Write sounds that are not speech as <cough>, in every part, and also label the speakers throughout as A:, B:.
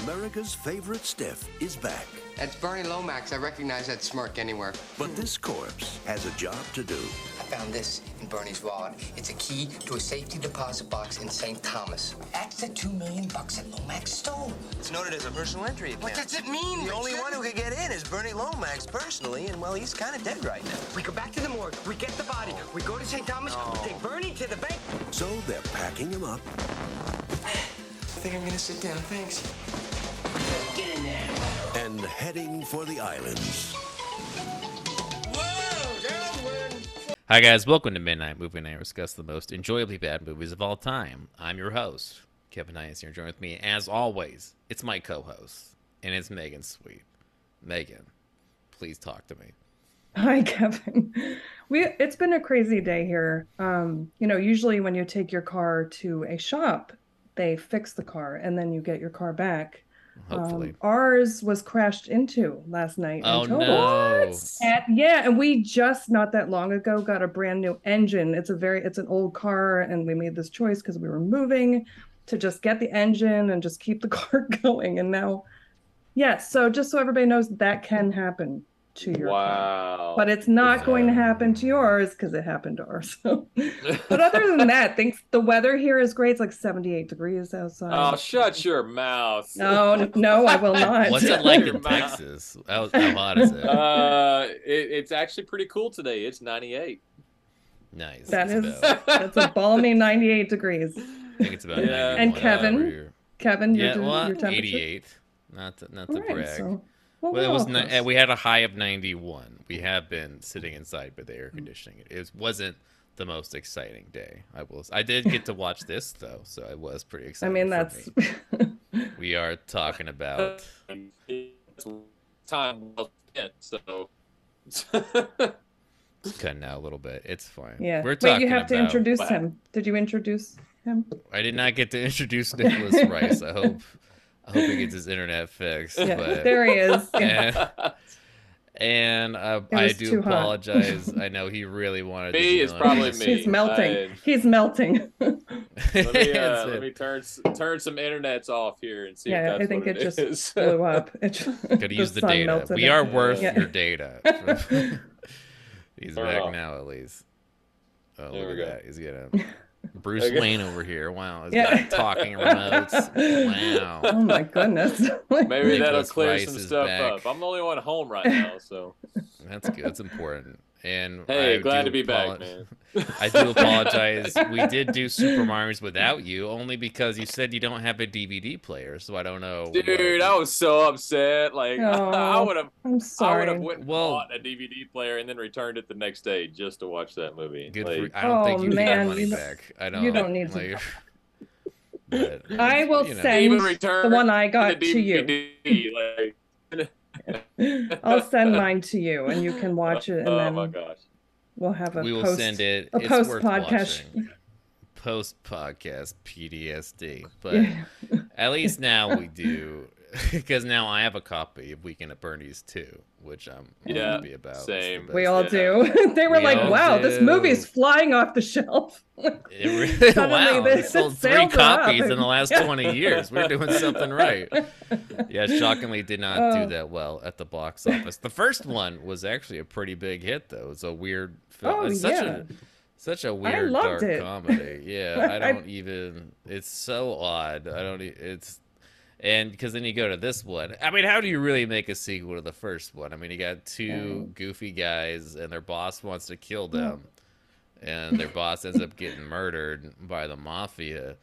A: America's favorite stiff is back,
B: That's Bernie Lomax. I recognize that smirk anywhere.
A: but this corpse has a job to do.
B: I found this in Bernie's wallet. It's a key to a safety deposit box in St. Thomas. That's the two million bucks that Lomax stole.
C: It's noted as a personal entry account.
B: What does it mean?
C: The only
B: Richard?
C: one who could get in is Bernie Lomax personally, and well, he's kind of dead right now.
B: We go back to the morgue. We get the body. We go to St. Thomas. We take Bernie to the bank.
A: So they're packing him up
C: I think I'm gonna sit down. Thanks.
A: and heading for the islands.
D: Hi guys, welcome to Midnight Movie Night. where We discuss the most enjoyably bad movies of all time. I'm your host, Kevin Hines here. Join with me, as always, it's my co-host, and it's Megan Sweet. Megan, please talk to me.
E: <laughs> Hi, Kevin. We it's been a crazy day here. Um, you know, usually when you take your car to a shop, they fix the car and then you get your car back. Um,
D: Hopefully.
E: ours was crashed into last night. and
D: oh
E: totaled.
D: no!
E: And- yeah, and we just not that long ago got a brand new engine. It's a very it's an old car, and we made this choice because we were moving to just get the engine and just keep the <laughs> car going. And now, yeah, so just so everybody knows, that can happen to your car
F: Wow.
E: but it's not going to happen to yours because it happened to
D: <laughs>
E: ours. <laughs> So. But other than that, thanks. The weather here is great. It's like 78 degrees outside.
F: oh,
D: Uh,
F: shut your mouth.
E: no, no, I will not.
D: What's it
E: <laughs>
D: like in
F: Your mouth.
D: Texas? How, how hot is it?
F: Uh, it, it's actually pretty cool today. It's 98.
D: Nice.
E: That
D: it's
E: is,
D: About,
E: that's a balmy 98 degrees.
D: I think it's about.
F: Yeah.
D: 91
E: And
D: over
E: Kevin,
D: here.
E: Kevin, your,
D: Yeah, well,
E: your temperature.
D: 88. Not to, not
E: All
D: to
E: right,
D: brag.
E: so- well,
D: Well, it
E: we're
D: was
E: all
D: ni- eh,
E: close.
D: we had a high of 91. We have been sitting inside with the air
E: Mm.
D: conditioning. It was- wasn't the most exciting day. I will. s- I did get to
E: <laughs>
D: watch this though, so I was pretty
E: I
D: excited.
E: mean,
D: for
E: that's.
D: me. We are talking about.
F: It's time well spent. So. <laughs>
D: it's Cutting out a little bit. It's fine.
E: <laughs> yeah.
D: We're talking
E: Wait, you have to
D: about-
E: introduce him. Did you introduce him?
D: <laughs> I did not get to introduce Nicholas Rice. I hope. I hope he gets his internet fixed.
E: Yeah,
D: but...
E: there
D: <laughs>
E: he is. <laughs> Yeah.
D: and, and uh,
E: It
D: I
E: was
D: do
E: too hot.
D: apologize. I know he really wanted. to
F: Me
D: be
F: is
D: on
F: probably
D: this.
F: me.
E: He's melting.
F: I-
E: He's
F: <laughs>
E: melting.
D: <laughs>
F: Let me,
D: It's
F: uh, let
D: it.
F: me turn s- turn some internets off here and see
E: Yeah,
F: if that's
E: I think
F: what
E: it just
F: is. <laughs>
E: blew up. It
D: <laughs>
E: just,
D: Gotta use the
E: sun
D: data.
E: melted
D: We
E: it.
D: are worth
E: Yeah.
D: your
E: <laughs>
D: data.
F: <laughs>
D: He's
F: Fair
D: back
F: enough.
D: now, at least. Oh,
F: There
D: look
F: we
D: at
F: go.
D: that. He's gonna
E: <laughs>
D: Bruce
F: Okay.
D: Wayne over here. Wow, he's
E: Yeah.
D: got talking remotes. Wow.
F: <laughs>
E: Oh my goodness. <laughs>
F: Maybe that'll
D: Nicholas
F: clear
D: Rice
F: some
D: is
F: stuff
D: back.
F: up. I'm the only one home right now, so
D: That's good. That's important. And
F: hey,
D: I
F: glad
D: do
F: to be back,
D: apolo-
F: man.
D: <laughs> I
F: <laughs>
D: do apologize. we did do Super Mario's without you, only because you said you don't have a DVD player, so I don't know. what-
F: Dude, I was so upset. Like <laughs> I
E: Aw.
F: would have
E: I'm
F: I would
E: sorry.
F: have went and
D: Oh, Well-
F: bought a DVD player and then returned it the next day just to watch that movie.
D: Good
F: Like,
D: for, I don't think
E: Oh,
D: you need
E: man,
D: money
E: you don't-
D: back. I don't.
E: you don't need to- <laughs>
D: but,
E: I will
D: you know.
E: send
F: even
E: the
F: return
E: one I got
F: the
E: to you.
F: DVD, Like,
E: <laughs> I'll
F: <laughs>
E: send mine to you and you can watch it and
F: oh
E: then
F: my gosh.
E: we'll have a
D: we will
E: post.
D: send it.
E: a
D: it's
E: post
D: worth
E: podcast.
D: watching. Post podcast PTSD,
E: <laughs>
D: but
E: <laughs> Yeah.
D: at least now we
E: <laughs>
D: do <laughs> because now I have a copy of Weekend at Bernie's too, which I'm
F: Yeah,
D: happy about. It's the
F: same.
D: best.
E: We all
F: Yeah.
E: do. <laughs> they
D: We
E: were
D: all
E: like, wow, this movie's
D: do.
E: flying off the <laughs> shelf.
D: It
E: <laughs>
D: really, <laughs>
E: Suddenly
D: wow,
E: the-
D: we sold
E: the
D: three
E: sales are up.
D: copies in the last 20 years. We're doing something
E: <laughs>
D: right. Yeah, shockingly did not
E: Oh.
D: do that well at the box office. The first one was actually a pretty big hit though. It's a weird film.
E: Oh,
D: it's such
E: yeah.
D: a such a weird
E: loved
D: dark
E: it.
D: comedy. Yeah, I
E: <laughs> I-
D: don't even it's so odd. I don't e- it's and because then you go to this one. I mean, how do you really make a sequel to the first one? I mean, you got
E: Oh.
D: two goofy guys, and their boss wants to kill
E: Hmm.
D: them, and their boss ends up getting murdered by the mafia,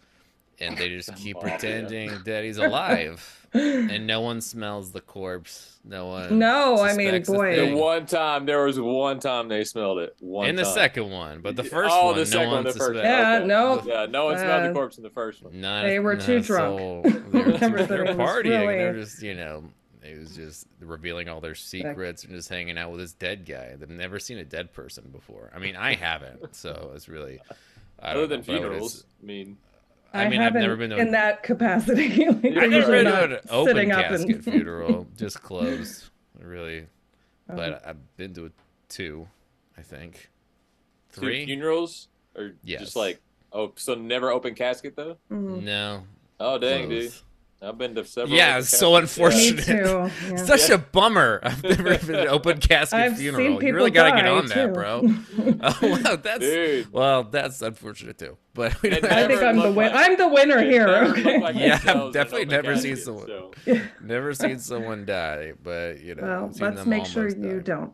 D: and they just keep
F: mafia.
D: pretending that he's alive, and no one smells the corpse. No one.
E: No, I mean,
D: suspects a
E: boy.
D: thing.
F: The one time there was one time they smelled it. One
D: in the
F: time.
D: second one, but the
F: Yeah,
D: first
F: oh,
D: one,
F: the second
D: no
F: one,
D: one
F: the first
D: suspects.
F: one.
E: yeah,
F: okay.
E: no.
F: Yeah, no one smelled
E: Uh,
F: the corpse in the first one.
D: Not
E: They were
D: not
E: too
D: a
E: drunk.
D: soul.
E: <laughs>
D: They were,
E: Remember
D: too- they were
E: that it was
D: partying. They were
E: really-
D: just, you know, it was just revealing all their secrets and just hanging out with this dead guy. They've never seen a dead person before. I mean, I haven't, so it's really. I
F: Other
D: don't
F: than
D: know if I would-
F: funerals, I mean,
D: I mean, I've
E: haven't
D: never been to.
E: in
D: a-
E: that capacity. <laughs> Like,
F: I've
D: I've
E: we're
D: never
E: usually
D: been
E: not
D: to an open
E: sitting up
D: casket
E: and- <laughs>
D: funeral, just closed, really.
E: Oh.
D: But uh, I've been to a two, I think.
F: two
D: Three?
F: funerals or
D: Yes.
F: just like oh, so never open casket though.
D: <laughs>
E: Mm.
D: No.
F: Oh dang, dude.
D: closed.
F: I've been to several.
D: Yeah,
F: other
D: it's so
F: caskets. Yeah.
E: Me
D: unfortunate.
E: too. yeah.
D: Such a bummer. I've never been to an open casket
E: I've seen
D: funeral. You
E: people
D: really gotta get
E: die,
D: on that,
E: too. <laughs>
D: bro. <laughs> oh wow, that's
F: Dude.
D: well, that's unfortunate too. But we <laughs> don't
F: It
E: I
D: have,
E: think
F: never
E: I'm the
F: looked
E: win-
F: like-
E: I'm the winner
F: It
E: here.
F: never
E: Okay.
F: looked like
D: Yeah, I've
F: themselves in
D: definitely
F: open
D: never seen
F: caskets,
D: someone-
F: so-
D: never seen someone die, but you know,
E: well,
D: I've seen
E: let's
D: them
E: make sure
D: almost
E: you
D: die.
E: don't.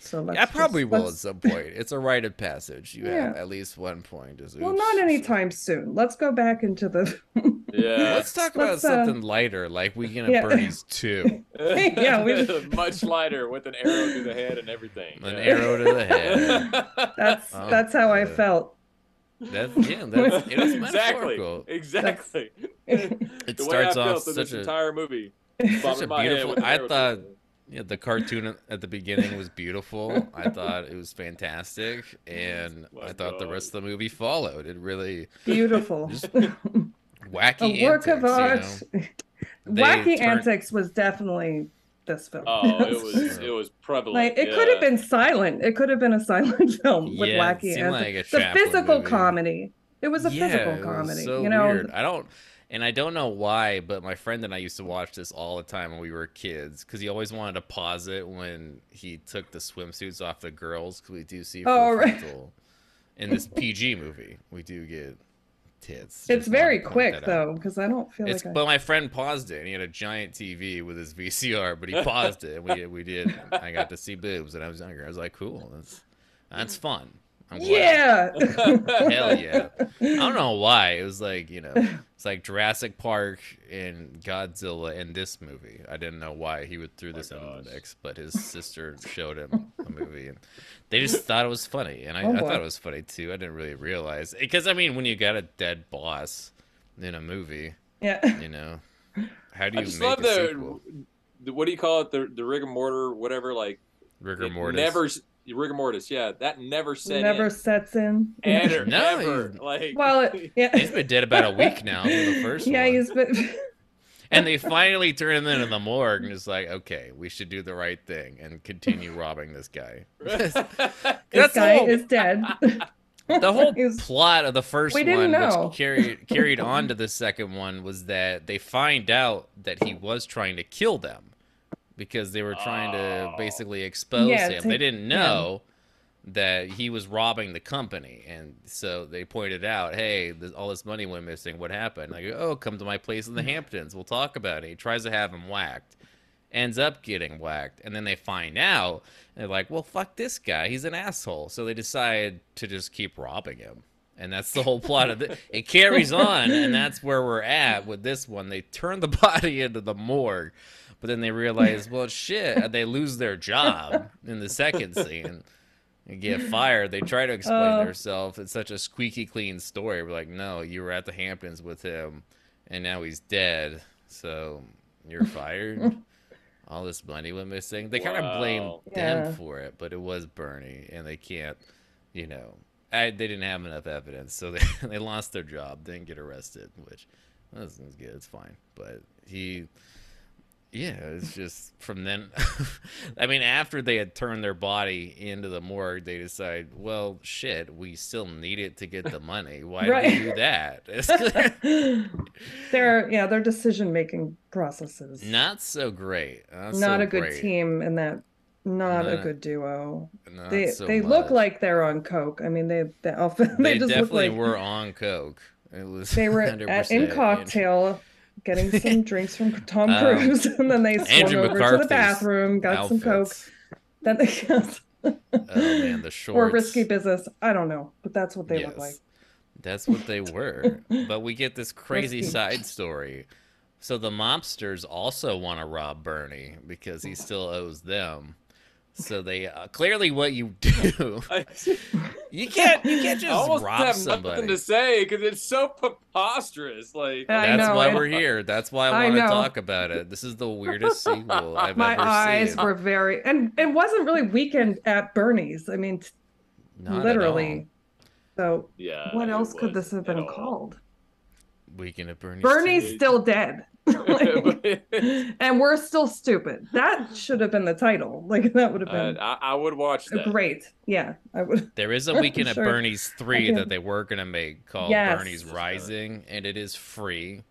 E: So let's
D: Yeah, I probably
E: just-
D: will at
E: let's-
D: some point. It's a rite of passage. You have
E: <laughs> Yeah.
D: at least one point. Just,
E: Well,
D: oops.
E: not anytime soon. Let's go back into the. <laughs>
F: Yeah.
D: Let's talk about
E: Let's, uh,
D: something lighter, like Weekend at
E: yeah.
D: Bernie's
E: <laughs>
D: 2.
E: Yeah, we-
F: <laughs> much lighter with an arrow to the head and everything.
D: An
F: yeah. <laughs>
D: arrow to the head.
E: That's
D: Oh,
E: that's how I
D: good.
E: felt.
D: That's, yeah, that's, it is
F: <laughs> exactly.
D: metaphorical.
F: Exactly.
E: <laughs>
D: It
F: the way I
D: starts
F: felt
D: off
F: through
D: such
F: this
D: a,
F: entire movie.
D: such
F: Bobbing
D: a
F: my head
D: beautiful.
F: with an
D: I
F: arrow to the
D: thought
F: head.
D: yeah, the cartoon at the beginning was beautiful. I thought it was fantastic, and
F: <laughs> My
D: I thought the
F: God.
D: rest of the movie followed. It really
E: Beautiful.
D: <laughs> Just
E: a
D: wacky
E: work
D: antics,
E: of art.
D: You know? They
E: Wacky
D: turn-
E: antics was definitely this film. <laughs>
D: <laughs>
F: Oh, it was it was prevalent.
E: like it
F: yeah.
E: could have been silent. It could have been a silent <laughs> film with
D: Yeah, it
E: wacky
D: seemed
E: antics.
D: like a
E: it's a
D: Chaplin
E: physical
D: movie.
E: comedy. It was a
D: it
E: physical
D: was
E: comedy.
D: so
E: you know,
D: weird. I don't, and I don't know why, but my friend and I used to watch this all the time when we were kids because he always wanted to pause it when he took the swimsuits off the girls because we do see full
E: Oh, right.
D: frontal in this PG movie. We do get tits.
E: it's
D: Just wanted
E: very
D: to point that
E: quick
D: out.
E: though, because I don't feel
D: It's,
E: like I.
D: but my friend paused it and he had a giant TV with his VCR, but he paused it and we we did. I got to see boobs and I was younger. I was like, cool, that's that's fun. I'm glad. <laughs>
E: yeah. <laughs>
D: Hell yeah. I don't know why. It was like, you know, it's like Jurassic Park and Godzilla and this movie. I didn't know why he would threw this into the
F: Oh gosh.
D: mix, but his sister showed him the movie and they just thought it was funny. And I,
E: Oh,
D: I
E: boy.
D: thought it was funny too. I didn't really realize. Because, I mean, when you got a dead boss in a movie,
E: yeah.
D: you know, how do you
F: I just
D: make
F: love
D: a
F: the,
D: sequel?
F: the what do you call it the the rigor mortar whatever like
D: Rigor
F: it
D: mortis.
F: never s- rigor mortis yeah that never set
E: Never
F: in.
D: <laughs>
E: sets in.
F: Ever,
D: No,
F: ever,
D: you-
F: like
E: Well, it-
F: <laughs>
D: He's
E: yeah.
D: been dead about a week now from
E: <laughs>
D: the first
E: Yeah,
D: one.
E: he's been.
D: And they finally turn him into the morgue and it's like, okay, we should do the right thing and continue robbing this guy. <laughs>
E: This
D: That's
E: guy
D: all.
E: is dead.
D: <laughs> The whole
E: <laughs> is-
D: plot of the first
E: We
D: one,
E: didn't know.
D: which
E: <laughs>
D: carried carried on to the second one, was that they find out that he was trying to kill them because they were trying to
F: Oh.
D: basically expose
E: Yeah,
D: him.
E: to-
D: they didn't know that he was robbing the company, and so they pointed out, "Hey, this, all this money went missing. What happened?" Like, "Oh, come to my place in the Hamptons. We'll talk about it." He tries to have him whacked. Ends up getting whacked, and then they find out, and they're like, "Well, fuck this guy. He's an asshole." So they decide to just keep robbing him and that's the whole plot of it. It carries on, and that's where we're at with this one. They turn the <laughs> body into the morgue, but then they realize, well, shit, they lose their job in the second scene and get fired. They try to explain
E: Oh.
D: themselves. It's such a squeaky clean story. We're like, no, you were at the Hamptons with him, and now he's dead, so you're fired. All this money went missing. They kind of blame
F: Wow.
E: Yeah.
D: them for it, but it was Bernie, and they can't you know, I, they didn't have enough evidence, so they, <laughs> they lost their job, didn't get arrested, which that's that's good, it's fine. But he, yeah, it's just from then. <laughs> I mean, after they had turned their body into the morgue, they decide, well, shit, we still need it to get the money. Why
E: Right.
D: do
E: <laughs>
D: we do that? It's- <laughs>
E: their yeah, their decision making processes.
D: not so great. Not,
E: Not
D: so
E: a good
D: great.
E: team in that. Not a
D: Not-
E: good duo.
D: Not
E: they
D: so
E: they look
D: much.
E: like they're on coke. I mean, they they often <laughs> they,
D: they,
E: just look
D: definitely
E: like
D: were on coke. It was <laughs>
E: they were at,
D: 100%,
E: in
D: you know.
E: cocktail. Getting some
D: <laughs>
E: drinks from Tom
D: Um,
E: Cruise, <laughs> and then they swung
D: Andrew
E: over to the
D: McCarthy's
E: bathroom, got some coke.
D: Outfits.
E: Then they <laughs>
D: Oh man, the shorts.
E: or risky business. I don't know, but that's what they look like.
D: That's what they were. but we get
E: <laughs>
D: this crazy
E: Risky.
D: side story. So the mobsters also want to rob Bernie because he still owes them. So they uh, clearly what you do.
F: <laughs>
D: <laughs>
F: I
D: You can't you can't just
F: almost
D: rob
F: have
D: somebody.
F: nothing to say because it's so preposterous. Like
E: I
D: That's
E: know,
D: why
E: I-
D: we're here. That's why
E: I
D: I want to
E: know.
D: talk about it. This is the weirdest
E: <laughs>
D: sequel I've
E: My
D: ever
E: eyes
D: seen.
E: were very, and it wasn't really weekend at Bernie's. I mean, t-
D: Not at all.
E: literally. So,
F: yeah.
E: what
F: Uh, it
E: else could this have
F: wasn't
E: been
F: at all. <laughs>
E: called?
D: Weekend at Bernie's.
E: Bernie's
F: too.
E: still
F: <laughs>
E: dead, <laughs>
D: <laughs>
E: and we're still stupid. That should have been the title. Like that would have
F: I,
E: been
F: uh,
D: Uh,
F: I, I would watch that.
E: great. Yeah, I would.
D: There is a
E: <laughs> I'm
D: weekend at
E: sure.
D: Bernie's three
E: can-
D: that they were gonna make called
E: Yes.
D: Bernie's Rising, and it is free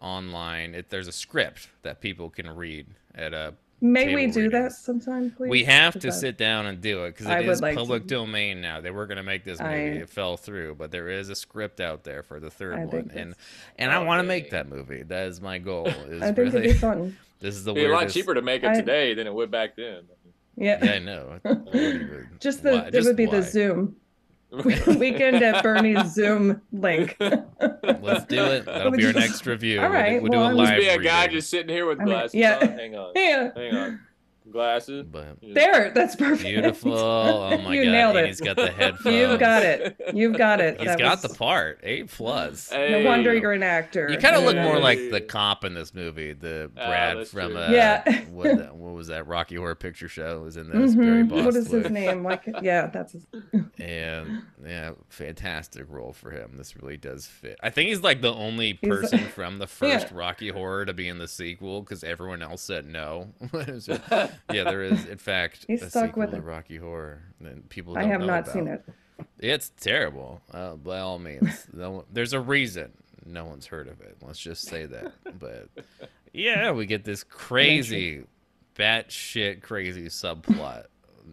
D: online. It, there's a script that people can read at a.
E: May we
D: table
E: do that
D: readings.
E: sometime, please?
D: We have to
E: Is that-
D: sit down and do it because
E: I
D: it
E: would
D: is
E: like to.
D: public domain now. They were going to make this movie,
E: I-
D: it fell through, but there is a script out there for the third
E: I think
D: one, and
E: that's-
D: and I want to make
F: Okay.
D: that movie. That is my goal.
E: <laughs>
D: Is
E: I think
D: really
E: it'd be fun.
D: <laughs> this is the
F: It'd be a lot
D: weirdest-
F: cheaper to make it
E: I-
F: today than it would back then.
E: <laughs> Yeah.
D: Yeah, I
E: <laughs>
D: know. What do you-
E: Just the
D: why-
E: it
D: just
E: would be
D: why?
E: the Zoom weekend
D: <laughs>
E: at Bernie's Zoom link.
D: Let's do
E: <laughs>
D: it. That'll
E: would
D: be our
E: just-
D: next review. We'll
E: All
D: do-
E: right,
D: we'll,
E: well, I
D: do a
E: was-
D: live
F: <laughs> Just be a guy
D: reading.
F: just sitting here with
E: I mean,
F: glasses
E: yeah.
F: on.
E: <laughs>
F: Hang on.
E: yeah.
F: Hang on. Glasses.
D: But
E: <laughs> There, that's perfect. <laughs>
D: beautiful. Oh my
E: you
D: god.
E: nailed
D: and
E: it.
D: He's got the headphones.
E: <laughs> You've got it.
F: <laughs>
E: You've got it.
D: He's
E: That
D: got the
E: was-
D: part. Eight plus.
E: No
F: Hey.
E: wonder you're an actor.
D: You kind of look
E: Yeah.
D: more like the
F: Hey.
D: cop in this movie, the
F: Ah,
D: Brad
F: that's
D: from
F: true.
D: uh,
E: Yeah.
D: what, the- what was that Rocky Horror Picture Show was in this Barry
E: Mhm.
D: Boss
E: What is his
D: look.
E: name? Like, yeah, that's his.
D: and yeah, fantastic role for him. This really does fit. I think he's like the only
E: He's- uh,
D: person from the
E: Yeah.
D: first Rocky Horror to be in the sequel because everyone else said no. <laughs>
F: <laughs>
D: So, yeah, there is in fact
E: He's
D: a
E: stuck
D: sequel
E: with
D: to
E: it.
D: Rocky Horror that people.
E: I
D: don't
E: have
D: know
E: not seen
D: about.
E: it. <laughs>
D: It's terrible. Uh, by all
F: <laughs>
D: means, no one, there's a reason no one's heard of it. Let's just say that.
F: <laughs>
D: But yeah, we get this crazy, batshit crazy subplot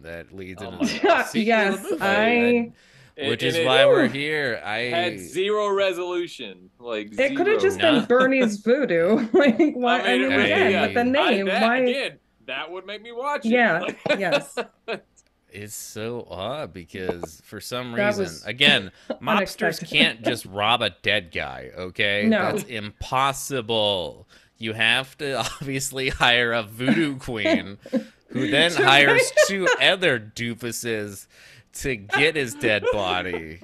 D: that leads
F: Oh
D: into
F: my
D: the sequel of the
E: Yes,
D: movie,
E: I-
D: and- which
F: And-
D: is
F: and it
D: why we're here. I
F: Had zero resolution. Like
E: It could have
F: zero.
E: just
D: No.
E: been
F: <laughs>
E: Bernie's voodoo. <laughs> like, why? I
F: it
E: mean,
F: really-
E: again,
D: yeah.
E: with the
F: I-
E: name,
F: that,
E: why?
F: Again, that would make me watch it. <laughs>
E: Yeah.
F: Like,
E: yes.
D: it's so odd because for some
E: That
D: reason,
E: was <laughs>
D: again, mobsters
E: unexpected.
D: can't just rob a dead guy. Okay,
E: No.
D: that's impossible. You have to <laughs> obviously hire a voodoo queen,
E: <laughs>
D: who then
E: To
D: hires
E: <laughs>
D: two other doofuses to get his dead
E: <laughs>
D: body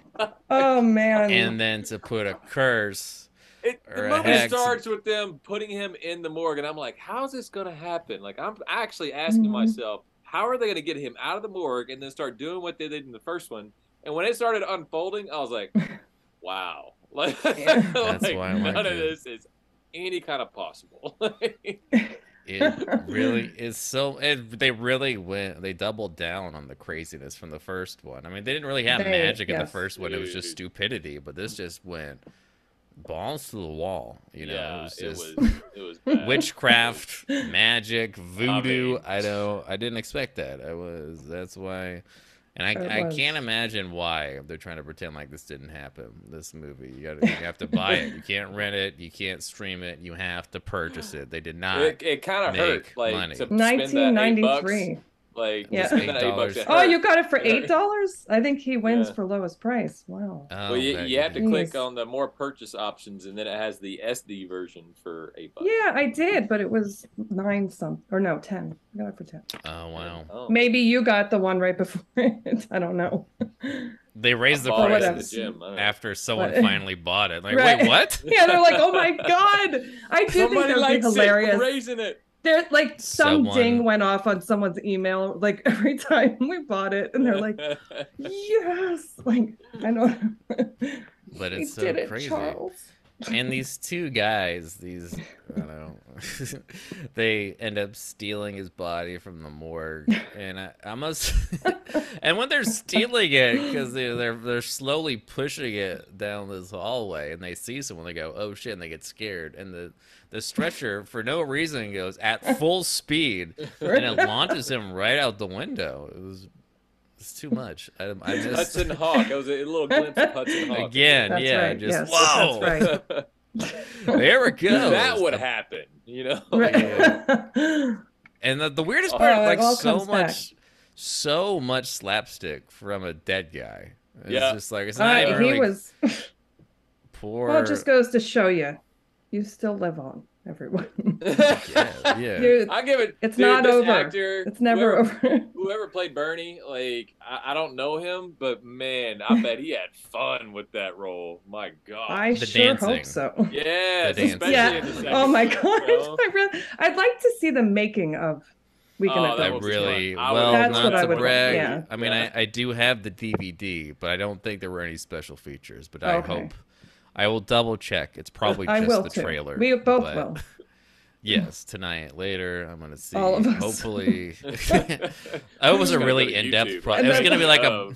E: Oh man.
D: and then to put a curse.
F: It, the
D: Or a
F: movie
D: hex.
F: starts with them putting him in the morgue, and I'm like, how is this going to happen? Like, I'm actually asking
E: Mhm.
F: myself, how are they going to get him out of the morgue and then start doing what they did in the first one? And when it started unfolding, I
E: <laughs>
F: was like, wow. <laughs> Like,
D: That's
F: like,
D: why I
F: none
D: like
F: of
D: it.
F: this is any kind of possible. <laughs>
D: It
E: <laughs>
D: really is so. It, they really went. They doubled down on the craziness from the first one. I mean, they didn't really have
E: They-
D: magic in the
E: yes.
D: first one. It was just
F: Dude.
D: stupidity. But this just went balls to the wall. You know,
F: yeah,
D: it was just
F: it was, it was
E: <laughs>
F: bad.
D: witchcraft, magic, voodoo.
F: mean-
D: I, know. I didn't expect that. I was. That's why. And
E: It
D: I, I
E: was.
D: can't imagine why they're trying to pretend like this didn't happen. This movie, you got to you have to buy it. You can't rent it. You can't stream it. You have to purchase it. They did not.
F: It, it kind of hurt,
D: make
F: like
D: money.
F: to spend that eight bucks,
E: 1993.
F: like
E: Yeah.
F: yeah. spend that <laughs> eight bucks.
D: $8.
F: it
E: Oh,
F: hurt.
E: you got it for
F: Yeah.
E: eight dollars? I think he wins
F: Yeah.
E: for lowest price. Wow.
D: Oh,
F: well, you,
D: that-
F: you have to
E: Jeez.
F: click on the more purchase options, and then it has the SD version for eight bucks.
E: Yeah, I did, but it was nine some or no ten. I got it for ten.
D: Oh wow!
F: Oh.
E: Maybe you got the one right before <laughs> it. I don't
F: <laughs>
E: know.
D: They raised the
F: Bought it at
E: whatever.
D: prices
F: the gym. I don't know.
D: after someone
E: What?
D: finally bought it. Like,
E: Right.
D: wait,
E: <laughs>
D: what?
E: Yeah, they're like, oh my god! I do think
F: Somebody
E: that would be
F: likes it.
E: hilarious.
F: We're raising it.
E: There, like some
D: Someone-
E: ding went off on someone's email. Like <laughs> every time we bought it, and <laughs> they're
F: <laughs>
E: like, yes, like I know.
D: <laughs> But
E: We
D: it's so
E: did it,
D: crazy.
E: Charles.
D: And
E: <laughs>
D: these two guys, these I don't know, <laughs> they end up stealing his body from the morgue, and I, I must. <laughs> and when they're stealing it, because they're, they're they're slowly pushing it down this hallway, and they see someone, they go, "Oh shit!" and they get scared, and the the stretcher for no reason goes at full speed, <laughs> and
E: <laughs>
D: it launches him right out the window. It was it's too much. I, I missed <laughs>
F: Hudson Hawk. It was a little glimpse
E: <laughs>
F: of Hudson Hawk. <laughs>
D: again.
E: That's
D: yeah,
E: right.
D: just
E: yes,
D: whoa.
E: That's right.
D: <laughs> There it goes.
F: that would happen.
E: <laughs>
F: You know.
D: <laughs>
E: right.
D: And the, the weirdest
F: Oh,
D: part,
E: it
D: like
E: all
D: so
E: comes back.
D: much, so much slapstick from a dead guy. It's
F: Yeah.
D: just like it's not
E: Uh,
D: even
E: he
D: really
E: was.
D: poor.
E: Well, it just goes to show you, you still live on, everyone.
D: <laughs> yeah,
E: <laughs>
D: yeah.
E: You-
F: <laughs> I give it.
E: It's
F: dude,
E: not
F: this
E: over.
F: Actor,
E: it's never
F: whoever- <laughs>
E: over.
F: Whoever played Bernie, like I, I don't know him, but man, I bet he had fun with that role. My God.
E: I
D: Oh, The
E: sure
D: dancing.
E: hope so.
F: Yes,
D: The dancing.
F: especially
E: Yeah.
F: in the
E: <laughs>
F: second
E: Oh my
F: one,
E: gosh, <laughs>
F: you know?
E: I really, I'd like to see the making of Weekend
F: Oh,
E: at
F: that
D: I
E: Bernie's.
F: was
D: really
F: fun. I would-
D: well
E: That's
D: not
E: what I
D: to
E: would-
D: brag.
E: yeah.
D: I mean,
F: Yeah.
D: I, I do have the DVD, but I don't think there were any special features. But I
E: Okay.
D: hope I will double check. It's probably
E: I
D: just
E: will
D: the
E: too.
D: trailer.
E: We both
D: but-
E: will.
D: Yes, tonight, later, I'm gonna see.
E: All of us. <laughs>
D: Hopefully, I hope it was
F: It's
D: a
F: gonna go
D: really
F: to
D: in-depth.
F: YouTube.
D: Pro-
E: And
D: it was
E: then-
D: gonna be like a
F: Oh,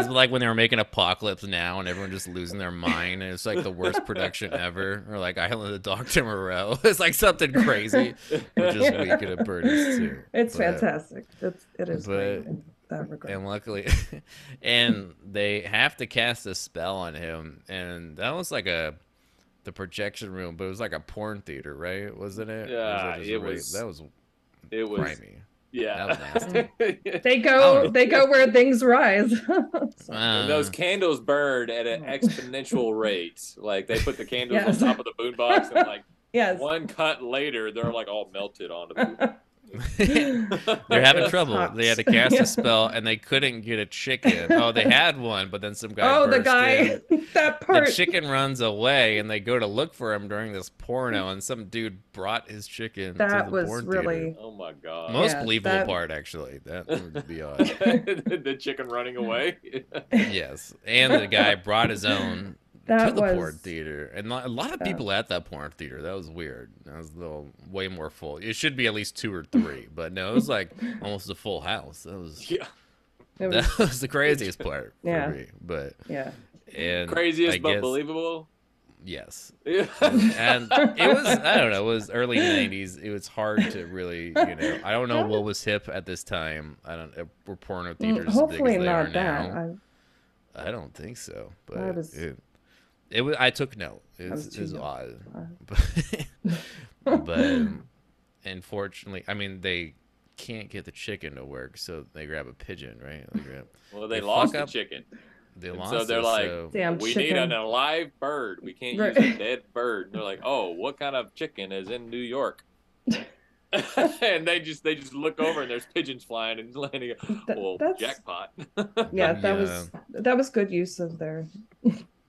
D: It's like when they were making Apocalypse Now and everyone just losing their mind and it's like the worst production ever. Or like Island of Dr. Moreau. <laughs> It's like something crazy. <laughs> Which is weak at Birdie's too.
E: <laughs> It's
D: But-
E: fantastic. It's it is great
D: but-
E: in that regard.
D: And luckily <laughs> and they have to cast a spell on him. And that was like a the projection room, but it was like a porn theater, right? Wasn't it? Or
F: Yeah,
D: that just
F: it
D: a ra-
F: was-
D: that was
F: <laughs> It was
D: grimy.
F: yeah.
E: <laughs>
D: that
F: <laughs>
D: was
E: they
F: Oh,
D: I
E: go
D: don't-
E: they go where things rise. <laughs>
F: And those
D: Uh,
F: candles burned at an exponential rate. Like they put the candles
E: Yes.
F: on top of the boombox, and like
E: <laughs> yes.
F: one cut later, they're like all melted onto the.
E: <laughs>
D: They're having
E: Those
D: trouble. They had to
E: cops.
D: cast
E: Yeah.
D: a spell
E: <laughs>
D: and they couldn't get a chicken. Oh, they had one, but then some guy.
E: oh, the
D: burst
E: guy <laughs>
D: in.
E: that
D: The
E: part.
D: chicken runs away, and they go to look for him during this
E: <laughs>
D: porno, and some dude brought his chicken. to
E: that
D: the
E: was
D: porn theater.
E: really
F: <laughs>
E: uh,
F: Oh my god!
D: most
E: Yeah,
D: believable
E: that-
D: part, actually. That would
E: <laughs>
D: be odd.
F: <laughs> the chicken running away. <laughs>
D: yes, and the guy brought his own to
E: that
D: the porn
E: was uh,
D: theater, and lo- a lot of
E: Yeah.
D: people at that porn theater. That was weird. That was a little way more full. It should be at least two or three,
E: <laughs>
D: but no, it was like almost a full house. That was
F: yeah.
E: it was
D: <laughs> that was the
E: <laughs>
D: craziest part
E: Yeah.
D: for me. But
E: yeah.
D: and
F: Craziest
D: I
F: but
D: guess-
F: believable. <laughs>
D: Yes,
F: Yeah.
D: and it was I don't know. It was early
F: <laughs>
D: '90s. It was hard to really, you know. I don't know what was hip at this time. I don't. uh, Were porno
E: Mm,
D: theaters
E: Hopefully
D: as big as they are
E: not that.
D: now?
E: I,
D: I, don't think so.
E: I
D: But
E: was-
D: it, it was. I took note. It was,
E: was
D: it was
E: too young. <laughs>
D: odd,
E: I-
D: but, <laughs> but um, unfortunately, I mean they can't get the chicken to work, so they grab a pigeon, right? They grab.
F: well, they
D: They fuck
F: lost the
D: up.
F: chicken.
D: They
F: And
D: lost.
F: so they're
D: it,
F: like,
D: so-
E: damn
F: we
E: chicken.
F: need an alive bird. We can't
E: Right.
F: use a dead bird. And they're like, oh, what kind of chicken is in
E: <laughs>
F: New York? <laughs> and they just they just look over and there's pigeons flying and <laughs> landing.
E: That-
F: well,
E: that's-
F: jackpot.
E: <laughs>
F: <laughs>
E: yeah, that was that was good use of their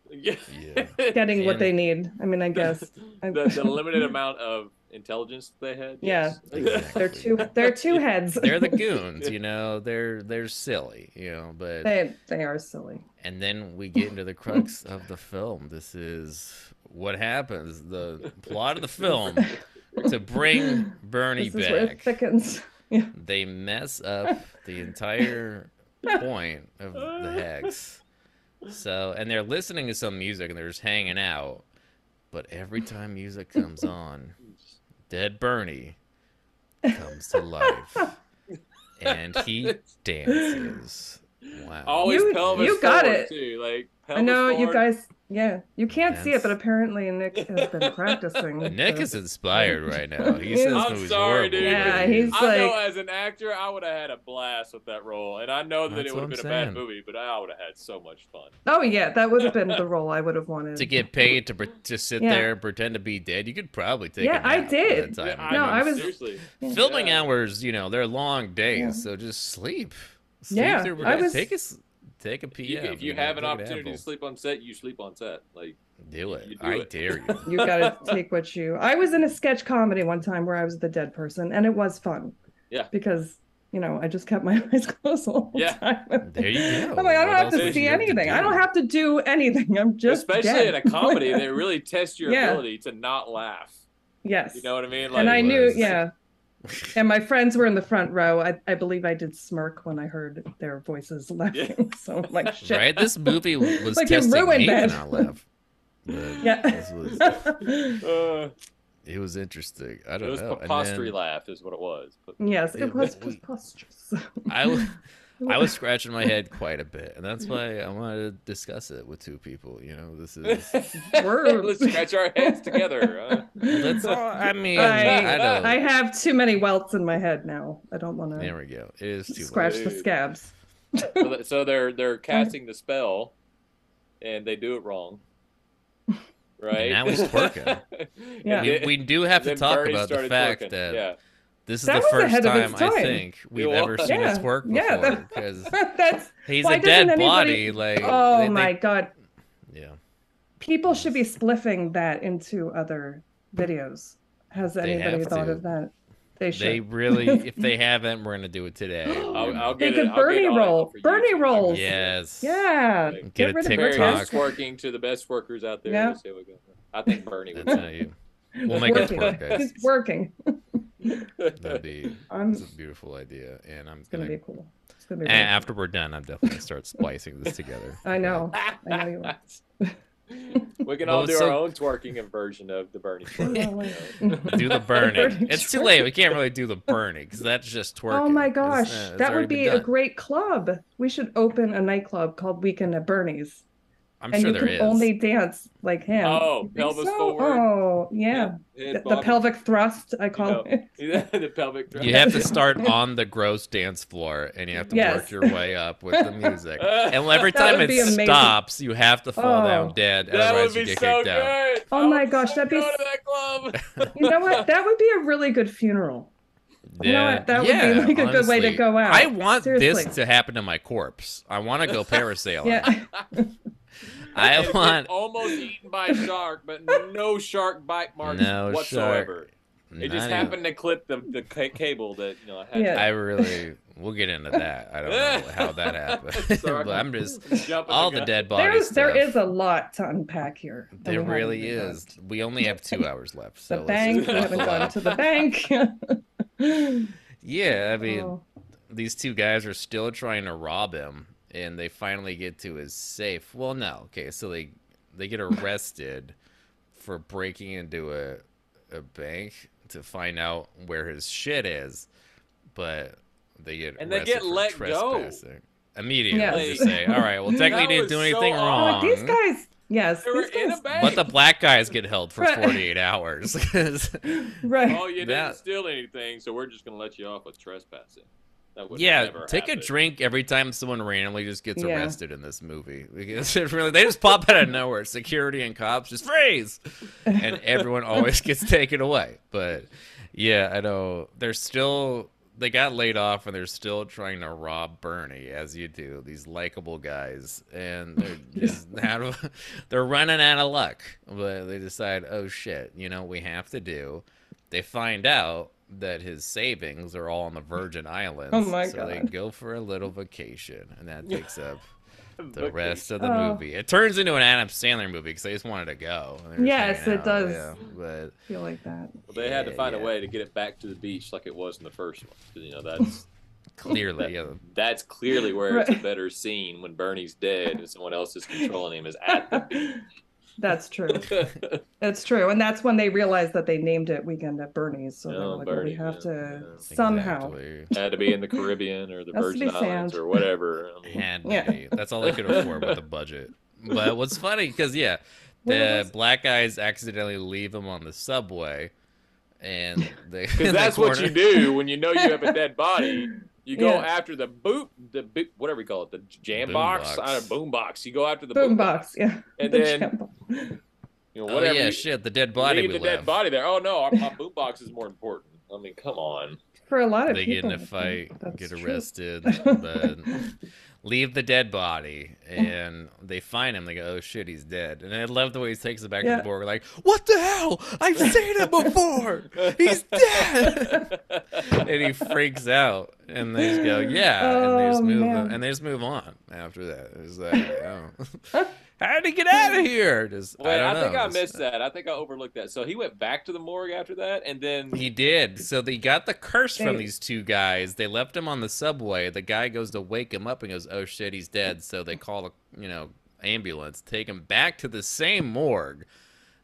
F: yeah.
D: Yeah.
E: getting what
D: And-
E: they need. I mean,
D: <laughs>
E: I guess
F: <laughs> the, the limited amount of intelligence they had.
E: Yeah. <laughs>
F: yes.
E: they're two they're
D: <laughs>
E: two heads.
D: they're the goons, you know. They're they're silly, you know. But
E: <laughs> they they are silly.
D: and then we get
E: <laughs>
D: into the crux of the film. This is what happens. The plot of the film to bring Bernie
E: This is where it
D: back.
E: thickens.
D: They mess up the entire point of the hex. So and they're listening to some music and they're just hanging out. But every time music comes on, dead Bernie comes to life.
E: <laughs>
D: And he dances. Wow.
F: Always
E: You-
F: pelvis
E: you got
F: forward,
E: it.
F: too. Like
E: I
F: pelvis
E: know you
F: forward.
E: guys. Yeah, you can't see it, but
D: That's-
E: apparently Nick has been practicing.
D: <laughs> Nick
E: the-
D: is inspired right
E: <laughs>
D: now. He
E: Yeah.
D: says
F: I'm
D: movie's
F: sorry,
D: horrible.
F: dude.
E: Yeah,
D: but
E: he's-
F: I know
E: like-
F: as an actor, I would have had a blast with that role, and I know that
D: That's
F: it would have
D: what
F: been
D: I'm
F: a
D: saying.
F: bad movie, but I would have had so much fun.
E: Oh yeah, that would have been
F: <laughs>
E: the role I would have wanted.
D: to get paid to pre- to sit
E: Yeah.
D: there and pretend to be dead. You could probably take.
E: Yeah,
D: a
E: I
D: nap by
E: did.
D: that time.
E: I No, I
F: mean,
E: was-
F: seriously.
D: filming
F: Yeah.
D: hours. You know, they're long days,
E: Yeah.
D: so just sleep. sleep
E: Yeah,
D: through-
E: I was-
D: Take a s- take a
F: You-
D: PM.
F: if you
D: know,
F: have an
D: take
F: opportunity to
D: apple.
F: sleep on set, you sleep on set. Like
D: do it.
F: you do
D: I
F: it.
D: dare you.
E: <laughs> you gotta take what you. I was in a sketch comedy one time where I was the dead person, and it was fun.
F: Yeah.
E: Because you know I just kept my <laughs> eyes closed the whole
F: Yeah.
E: time.
D: There you go.
E: I'm like I don't
D: What
E: have
D: else
E: to
F: would
E: see
D: you have to
E: anything. I
D: do?
E: don't have to do anything. I'm just
F: especially
E: dead.
F: in a
E: <laughs>
F: comedy, they really test your
E: Yeah.
F: ability to not laugh.
E: yes.
F: You know what I mean? Like
E: and I knew,
D: was- <laughs>
E: yeah. And my friends were in the front row. I, I believe I did smirk when I heard their voices laughing. <laughs> So I'm like, shit.
D: Right? This movie w- was
E: Like, you
D: testing me
E: ruined
D: when
E: it.
D: I left. But
E: <laughs> Yeah.
D: this was,
F: uh,
D: it was interesting. I
F: it
D: don't
F: was
D: know. And
F: preposterous
D: then-
F: laugh, is what it was.
E: <laughs>
F: But <laughs>
E: yes,
D: Yeah,
E: it was
D: we-
E: preposterous.
D: I, w- I was scratching my head quite a bit, and that's why I wanted to discuss it with two people. You know, this
F: <laughs>
D: is.
E: Word.
F: let's scratch our heads together. Huh?
D: That's all. I mean,
E: I-
D: I, don't.
E: I have too many welts in my head now. I don't want
D: there
E: to
D: we go. It is too
E: scratch
D: late.
E: the scabs. <laughs>
F: So that- so they're they're casting the spell, and they do
E: <laughs>
F: it wrong. Right?
D: now he's
F: <laughs>
D: twerking.
E: Yeah.
D: We, we do have to
F: Then
D: talk
F: Bernie
D: about the
F: started
D: fact
F: twerking,
D: that
F: yeah.
D: this is
E: That
D: the
E: was
D: first
E: ahead of its
D: time, I
E: time.
D: think we've
F: It
D: ever
F: was.
D: seen
E: Yeah.
D: us twerk
E: Yeah,
D: before
E: that-
D: because
E: That's
D: he's
E: Why
D: a dead
E: doesn't
D: body.
E: anybody-
D: Like,
E: oh
D: they- they-
E: my god.
D: yeah,
E: People should be spliffing that into other videos. Has
D: They
E: anybody
D: have
E: thought
D: to.
E: of that? They should.
D: they
E: <laughs>
D: really. if they haven't, we're gonna do it today. Um,
F: I'll, I'll
E: They
F: get
E: could
F: it- I'll get
E: Bernie
F: on it
E: roll.
F: for you.
E: Bernie rolls.
D: yes.
E: Yeah.
F: Like,
D: Get a
E: rid of
F: Very
D: TikTok.
E: Bernie.
F: best working to the best workers out there.
E: Yeah.
F: Let's see how we go. I think Bernie would.
D: That's how you. We'll make it
E: working.
D: work, guys.
E: <laughs> It's working.
D: That'd be.
E: I'm,
F: <laughs>
D: It's
E: it's <laughs>
D: a beautiful idea, and I'm gonna
E: gonna
D: Ah,
E: be cool. gonna be.
D: A-
E: really
D: after we're done, I'm definitely gonna
E: <laughs>
D: start splicing this together.
E: fun. I know.
D: ah.
E: I know you
D: <laughs>
E: are.
F: we can
D: Well,
F: all do
D: so-
F: our own twerking and version of the Bernie twerk.
E: Oh, wait.
D: Do the burning.
E: burning
D: it's too
E: twerk.
D: late. We can't really do the burning because that's just twerking.
E: <laughs> Oh my
D: It's,
E: gosh,
D: uh, it's
E: that
D: already
E: would
D: been
E: be a
D: done.
E: great club. We should open a nightclub called Weekend at Bernie's,
D: I'm
E: and
D: sure
E: you
D: there
E: can
D: is.
E: only dance like him. You
F: Oh,
E: think
F: pelvis
E: so?
F: forward.
E: Oh, yeah. <laughs>
F: Head
E: The, the
F: bob-
E: pelvic thrust, I call
F: know.
E: it.
F: <laughs> the pelvic thrust.
D: You
F: <laughs>
D: have to start
E: <laughs>
D: on the gross dance floor, and you have to work
E: Yes.
D: your way up with the music. And every
E: <laughs> That
D: time
E: would
D: it
E: be amazing.
D: stops, you have to fall down
E: Oh.
D: dead.
F: That would
D: otherwise, you
F: be
D: get
F: so
D: kicked
F: good.
D: out.
F: I
E: Oh my
F: would
E: gosh,
F: so
E: that'd be
F: go
E: s-
F: to that club.
E: <laughs> You know what? That would be a really good funeral. You know what? That would be, like, a good way to go out.
D: I want this
E: Seriously.
D: to happen to my corpse. I want to
E: <laughs>
D: go parasailing.
E: Yeah.
D: <laughs>
F: And
D: I
F: it's
D: want
F: almost eaten by a shark, but no shark bite marks
D: No
F: whatsoever. It
D: not
F: just
D: even-
F: happened to clip the, the ca- cable that you know. Had
E: Yeah.
D: I really. We'll get into that. I don't know how that
F: <laughs>
D: happened, <laughs>
F: Sorry.
D: but I'm just
F: Jumping
D: all the
F: gun.
D: dead bodies.
E: There's <laughs> there is a lot to unpack here. that
D: There
E: we haven't
D: really
E: even
D: is.
E: done.
D: We only have two hours left. So
E: The
D: let's
E: bank. We
D: just
E: haven't
D: buckle <laughs>
E: gone
D: up.
E: to the bank.
D: Yeah, I mean,
E: Oh.
D: these two guys are still trying to rob him, and they finally get to his safe. Well, no, okay, so they they get arrested <laughs> for breaking into a a bank to find out where his shit is, but they get
F: And they
D: arrested
F: get
D: for
F: let go.
D: trespassing. Immediately,
E: Yeah.
D: they just say, "All right, well,
F: <laughs> That
D: technically, they didn't do
F: was so
D: anything
F: odd.
D: wrong."
E: Oh, Like, these guys. Yes.
F: They were
E: these
F: in a
E: guys-
F: bag.
D: But the black guys get held for
E: Right.
D: 48 hours. <laughs> 'cause-
E: <laughs> Right.
F: oh, you didn't
D: That-
F: steal anything, so we're just gonna let you off with trespassing. That would
D: yeah,
F: never
D: take
F: happen.
D: a drink every time someone randomly just gets
E: Yeah.
D: arrested in this movie. <laughs> Because it really, they just pop out of nowhere. Security and cops just freeze, and everyone always gets taken away. But yeah, I know they're still they got laid off and they're still trying to rob Bernie as you do. These likable guys, and they're just out of they're running out of luck. But they decide, oh shit, you know what we have to do. They find out that his savings are all on the Virgin Islands.
E: <laughs> Oh my
D: so they
E: God.
D: go for a little vacation, and that takes
E: <laughs>
D: up the
F: Look,
D: rest of the
E: Oh.
D: movie. It turns into an Adam Sandler movie because they just wanted to go. and they were just
E: Yes,
D: hanging
E: it
D: out,
E: does.
D: yeah, but
E: I feel like that. <laughs>
F: well, they had to
D: Yeah,
F: find
D: yeah.
F: a way to get it back to the beach like it was in the first one, 'cause, you know
D: <laughs>
F: that's
D: clearly, yeah,
F: that's clearly where it's a
E: Right.
F: better scene when Bernie's dead and someone else is controlling him is at the
E: That's
F: <laughs>
E: true. That's true. And that's when they realized that they named it Weekend at Bernie's. So they
F: Oh,
E: were like, well,
F: Bernie,
E: we have
F: yeah,
E: to
F: yeah.
E: <laughs> somehow.
D: exactly.
F: had to be in the Caribbean or the
E: Has to
F: Virgin
E: be
F: Islands
E: sand.
F: or whatever. Um, I mean,
D: Had to
E: Yeah.
D: be. That's all they could afford with the budget. But what's funny, because yeah, the
E: Where was-
D: black guys accidentally leave him on the subway, and they <laughs>
F: Because
D: in the
F: that's what
D: corner-
F: you do
D: <laughs>
F: when you know you have a dead body. You go
E: Yeah.
F: after the boot, the boot, whatever you call it, the jam
D: Boom
F: box,
D: box.
F: I don't boom box. You go after the boom, box,
E: Boombox. Yeah.
F: and
E: The
F: then
E: <laughs> jam-
F: you know
D: Oh
F: whatever.
D: yeah,
F: you,
D: shit, the dead body
F: leave
D: we
F: the dead
D: left.
F: body there. Oh no, my boom box is more important. I mean, come on.
E: For a lot of
D: They get
E: people.
D: in a
E: I think
D: fight,
E: <laughs> that's
D: get
E: true. <laughs>
D: arrested, but leave the dead
E: <laughs>
D: body, and they find him. They go, "Oh shit, he's dead." And I love the way he takes it back to
E: Yeah.
D: the board. We're like, "What the hell? I've seen him before.
E: <laughs>
D: He's dead." and he freaks out, and they just go, "Yeah," and they just
E: Oh,
D: move,
E: man.
D: and they just move on after that. It's
E: <laughs>
D: like, <laughs> oh. how did he get out of here? Just
F: Wait,
D: I
F: I,
D: don't
F: think
D: know.
F: I
D: It's-
F: missed that. I think I overlooked that. So he went back to the morgue after that, and then
D: He did. So they got the curse from
E: Thanks.
D: these two guys. They left him on the subway. The guy goes to wake him up and goes, "Oh shit, he's dead." So they call the you know ambulance, take him back to the same morgue.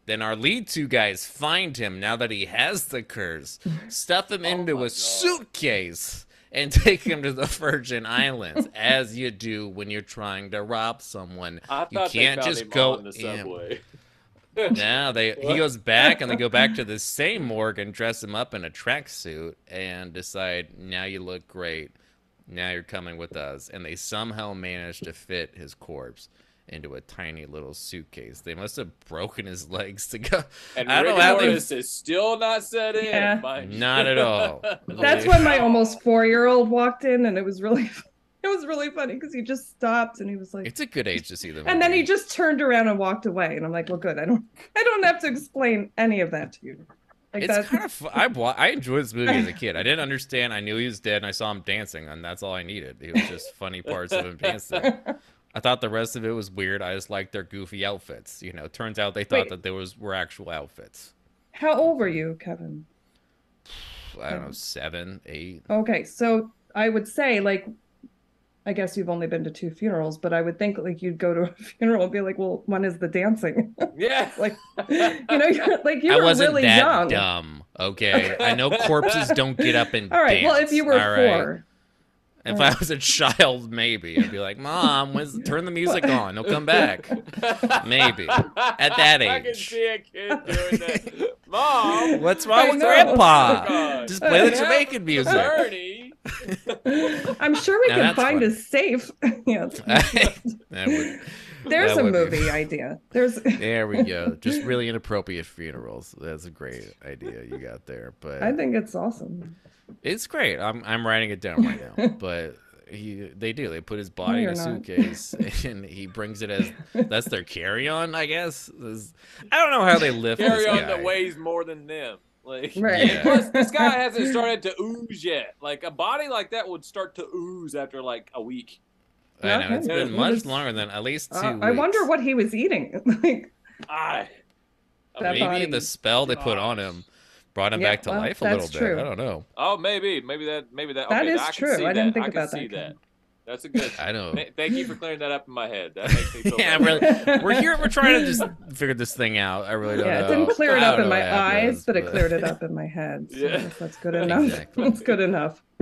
D: Then our lead two guys find him now that he has the curse, stuff
F: <laughs> Oh
D: him into a suitcase, and <laughs> take him to the Virgin Islands, as you do when you're trying to rob someone.
F: I
D: you
F: thought
D: can't
F: they found
D: just
F: him
D: go
F: on the
D: in. <laughs>
F: subway.
D: Now
E: <laughs>
D: they he
F: What?
D: goes back and they go back to the same morgue and dress him up in a tracksuit and decide now you look great. Now you're coming with us. And they somehow manage to fit his corpse into a tiny little suitcase. They must have broken his legs to
E: <laughs>
D: go.
F: And
D: I
F: I
D: don't know how they
F: Mortis is still not set in.
E: Yeah.
F: Mind you.
D: not at all.
E: That's
D: They-
E: when my almost four year old walked in, and it was really, <laughs> it was really funny because he just stopped and he was like,
D: It's a good age to see them.
E: and then he just turned around and walked away, and I'm like, well, good. I don't, <laughs> I don't have to explain any of that to you. Like
D: it's
E: that's
D: kind of fu- I wa- I enjoyed this movie as a kid. I
E: <laughs>
D: didn't understand. I knew he was dead, and I saw him dancing, and that's all I needed. It was just funny parts of him dancing. I thought the rest of it was weird. I just liked their goofy outfits. You know, turns out they thought
E: Wait.
D: that there was were actual outfits.
E: how old were you, Kevin?
D: I don't know, seven, eight.
E: Okay, so I would say like I guess you've only been to two funerals, but I would think like you'd go to a <laughs> funeral and be like, well, when is the dancing?
F: <laughs> Yeah.
D: <laughs>
E: like, you know, you're like you
D: I
E: were
D: wasn't
E: really
D: that
E: young.
D: dumb. Okay, I know corpses don't get up and
E: <laughs> All right. Well, if
D: dance,
E: you were
D: all right?
E: four,
D: If I was a child, maybe I'd be like, "Mom, when's, turn
E: <laughs>
D: the music on. He'll come back." Maybe at that
F: <laughs> I can
D: age.
F: see a kid doing
D: <laughs>
F: that. Mom,
D: What's
E: I
D: wrong with
E: know.
D: Grandpa?
F: Oh, God.
D: Just play the
F: Yeah.
D: Jamaican music.
F: Bernie.
E: I'm sure we
D: Now
E: can
D: that's
E: find
D: funny.
E: a safe. <laughs> yeah,
D: <laughs> That would-
E: there's
D: that
E: a
D: would be-
E: movie idea. There's
D: There we go. Just really inappropriate funerals. That's a great idea you got there. But
E: I think it's awesome.
D: It's great. I'm I'm writing it down right
E: <laughs>
D: now. But he they do. They put his body in
E: you're
D: a
E: not.
D: suitcase <laughs> and he brings it as that's their carry on, I guess. This- I don't know how they lift this
F: Carry on
D: guy.
F: that weighs more than them. Like,
E: Right.
D: Yeah.
F: Plus, this guy hasn't started to ooze yet. Like a body like that would start to ooze after like a week.
D: I know it's
F: Okay.
D: been much longer than at least two.
E: <laughs> Uh, I wonder
D: weeks.
E: what he was eating. <laughs> like
F: I.
E: that
D: maybe
E: body-
D: the spell they put on him brought him
E: Yeah,
D: back to
E: well,
D: life a
E: that's
D: little bit.
E: true.
D: I don't know.
F: Oh, maybe, maybe that, maybe that.
E: That
F: okay,
E: is
F: I can
E: true.
F: See
E: I didn't
F: that.
E: think
F: I can
E: about that,
F: see
E: Kevin.
F: That's
D: <laughs>
F: a good.
D: I know.
F: Th- Thank you for clearing that up in my head. That
D: <laughs>
F: makes me feel
D: Oh. yeah,
F: better.
D: really, we're here. We're trying to just figure this thing out. I really don't
E: <laughs> yeah,
D: know.
E: it didn't clear it
D: I
E: up
D: don't
E: in
D: know
E: my
D: what happened,
E: eyes, but it cleared it up in my head. So I
F: Yeah.
E: guess that's good enough.
D: Exactly.
E: <laughs> that's good enough.
D: <laughs>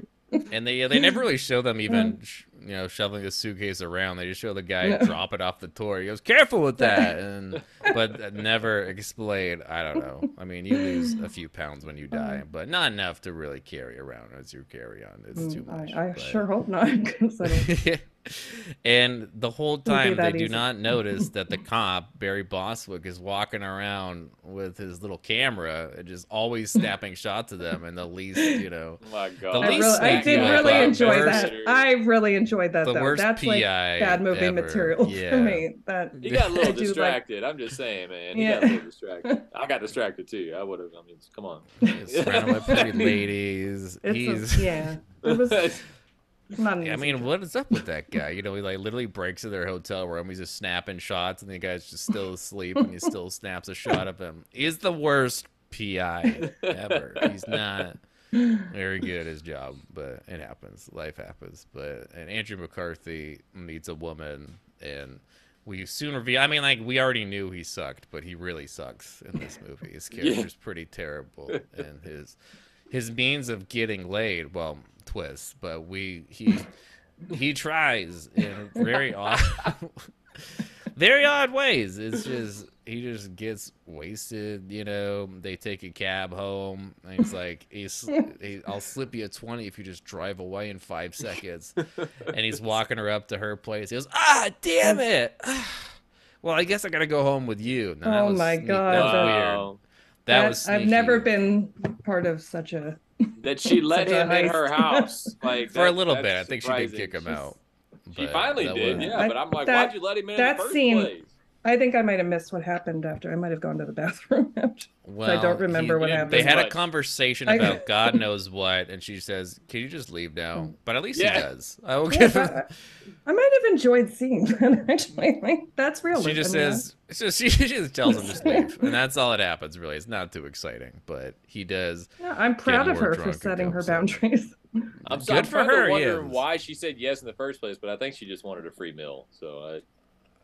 D: And they yeah, they never really show
E: <laughs>
D: them even sh- you know shoveling the suitcase around. They just show the guy
E: No.
D: drop it off the tour. He goes, "Careful with that,"
E: <laughs>
D: and but never explain. I don't know. I mean, you lose a few pounds
E: <laughs>
D: when you
E: Um,
D: die, but not enough to really carry around as your carry on. It's too
E: Mm,
D: much.
E: I, I
D: but-
E: sure hope not. <laughs> 'cause I don't-
D: <laughs> and the whole time they
E: that
D: do
E: easy.
D: not notice that
E: <laughs>
D: the cop Barry Boswick is walking around with his little camera and just always
E: <laughs>
D: snapping shots of them in the least you know
F: Oh my God.
E: I,
D: least
E: really, I
D: snack
E: did
D: you
E: really
D: have,
E: enjoy
D: worst-
E: that. I really enjoyed that
D: the
E: though.
D: worst
E: that's like
D: PI
E: bad movie
D: ever.
E: material
D: Yeah.
E: for me. That
F: He got
E: <laughs>
F: a
E: I
F: little
E: do like-
F: distracted. I'm just saying, man. He got a
E: Yeah. <laughs>
F: little distracted. I got distracted too. I would have. I mean, come on.
D: He's surrounded by pretty ladies.
E: it's
D: He's.
E: a, yeah.
D: <laughs>
E: It
F: <laughs>
E: was not an
D: I
E: easy
D: mean,
E: job.
D: what is up with that guy? You know, he like literally breaks into their hotel room. He's just snapping shots, and the guy's just still asleep, and he still snaps a shot of him. He's the worst PI ever. He's not very good at his job, but it happens. Life happens. But and Andrew McCarthy meets a woman, and we soon reveal. I mean, like we already knew he sucked, but he really sucks in this movie. His character's pretty terrible, and his his means of getting laid. Well, twist, but we he he tries in
E: <laughs>
D: very odd, <laughs> very odd ways. It's just he just gets wasted. You know, they take a cab home, and he's like,
E: <laughs>
D: he's, he, "I'll slip you a twenty if you just drive away in five seconds." And he's walking her up to her place. He goes, "Ah, damn it." <sighs> Well, I guess I gotta go home with you. No, that
E: Oh
D: was
E: my
D: sneak-
E: God,
D: that was
E: that-
D: weird.
F: Wow.
D: That, was.
E: I've never
D: sneaky.
E: been part of such a.
F: That she let
E: Such a
F: him in her
E: heist.
F: house. Like
D: for a
F: that-
D: little
F: that's
D: bit. I think she did
F: surprising.
D: kick him
F: She's-
D: out.
F: She
D: but
F: finally
D: that
F: did,
D: was-
F: yeah.
E: I-
F: but I'm like,
E: that-
F: why'd you let him in, in
E: that
F: the first
E: scene-
F: place?
E: I think I might have missed what happened after. I might have gone to the <laughs> bathroom
D: <laughs>
E: after.
D: Well,
E: don't remember what
D: they
E: happened.
D: They had a
F: Right.
D: conversation
E: I- <laughs>
D: about God knows what, and she says, "Can you just leave now?" But at least he
F: Yeah.
D: does. I will
E: Yeah,
D: give him.
E: Hmm. I, I might have enjoyed seeing that <laughs> actually. Like that's real.
D: She just says, <laughs> so she she just tells him just leave,
E: <laughs>
D: and that's all that happens. Really, it's not too exciting, but he does.
E: yeah, "I'm proud
D: Getting
E: of
D: more
E: her for
D: drunk and
E: setting her
D: upset.
E: boundaries." <laughs>
F: I'm,
D: Good
F: I'm
D: for
F: kinda
D: her,
F: Wondering
D: yes.
F: why she said yes in the first place, but I think she just wanted a free meal. So I,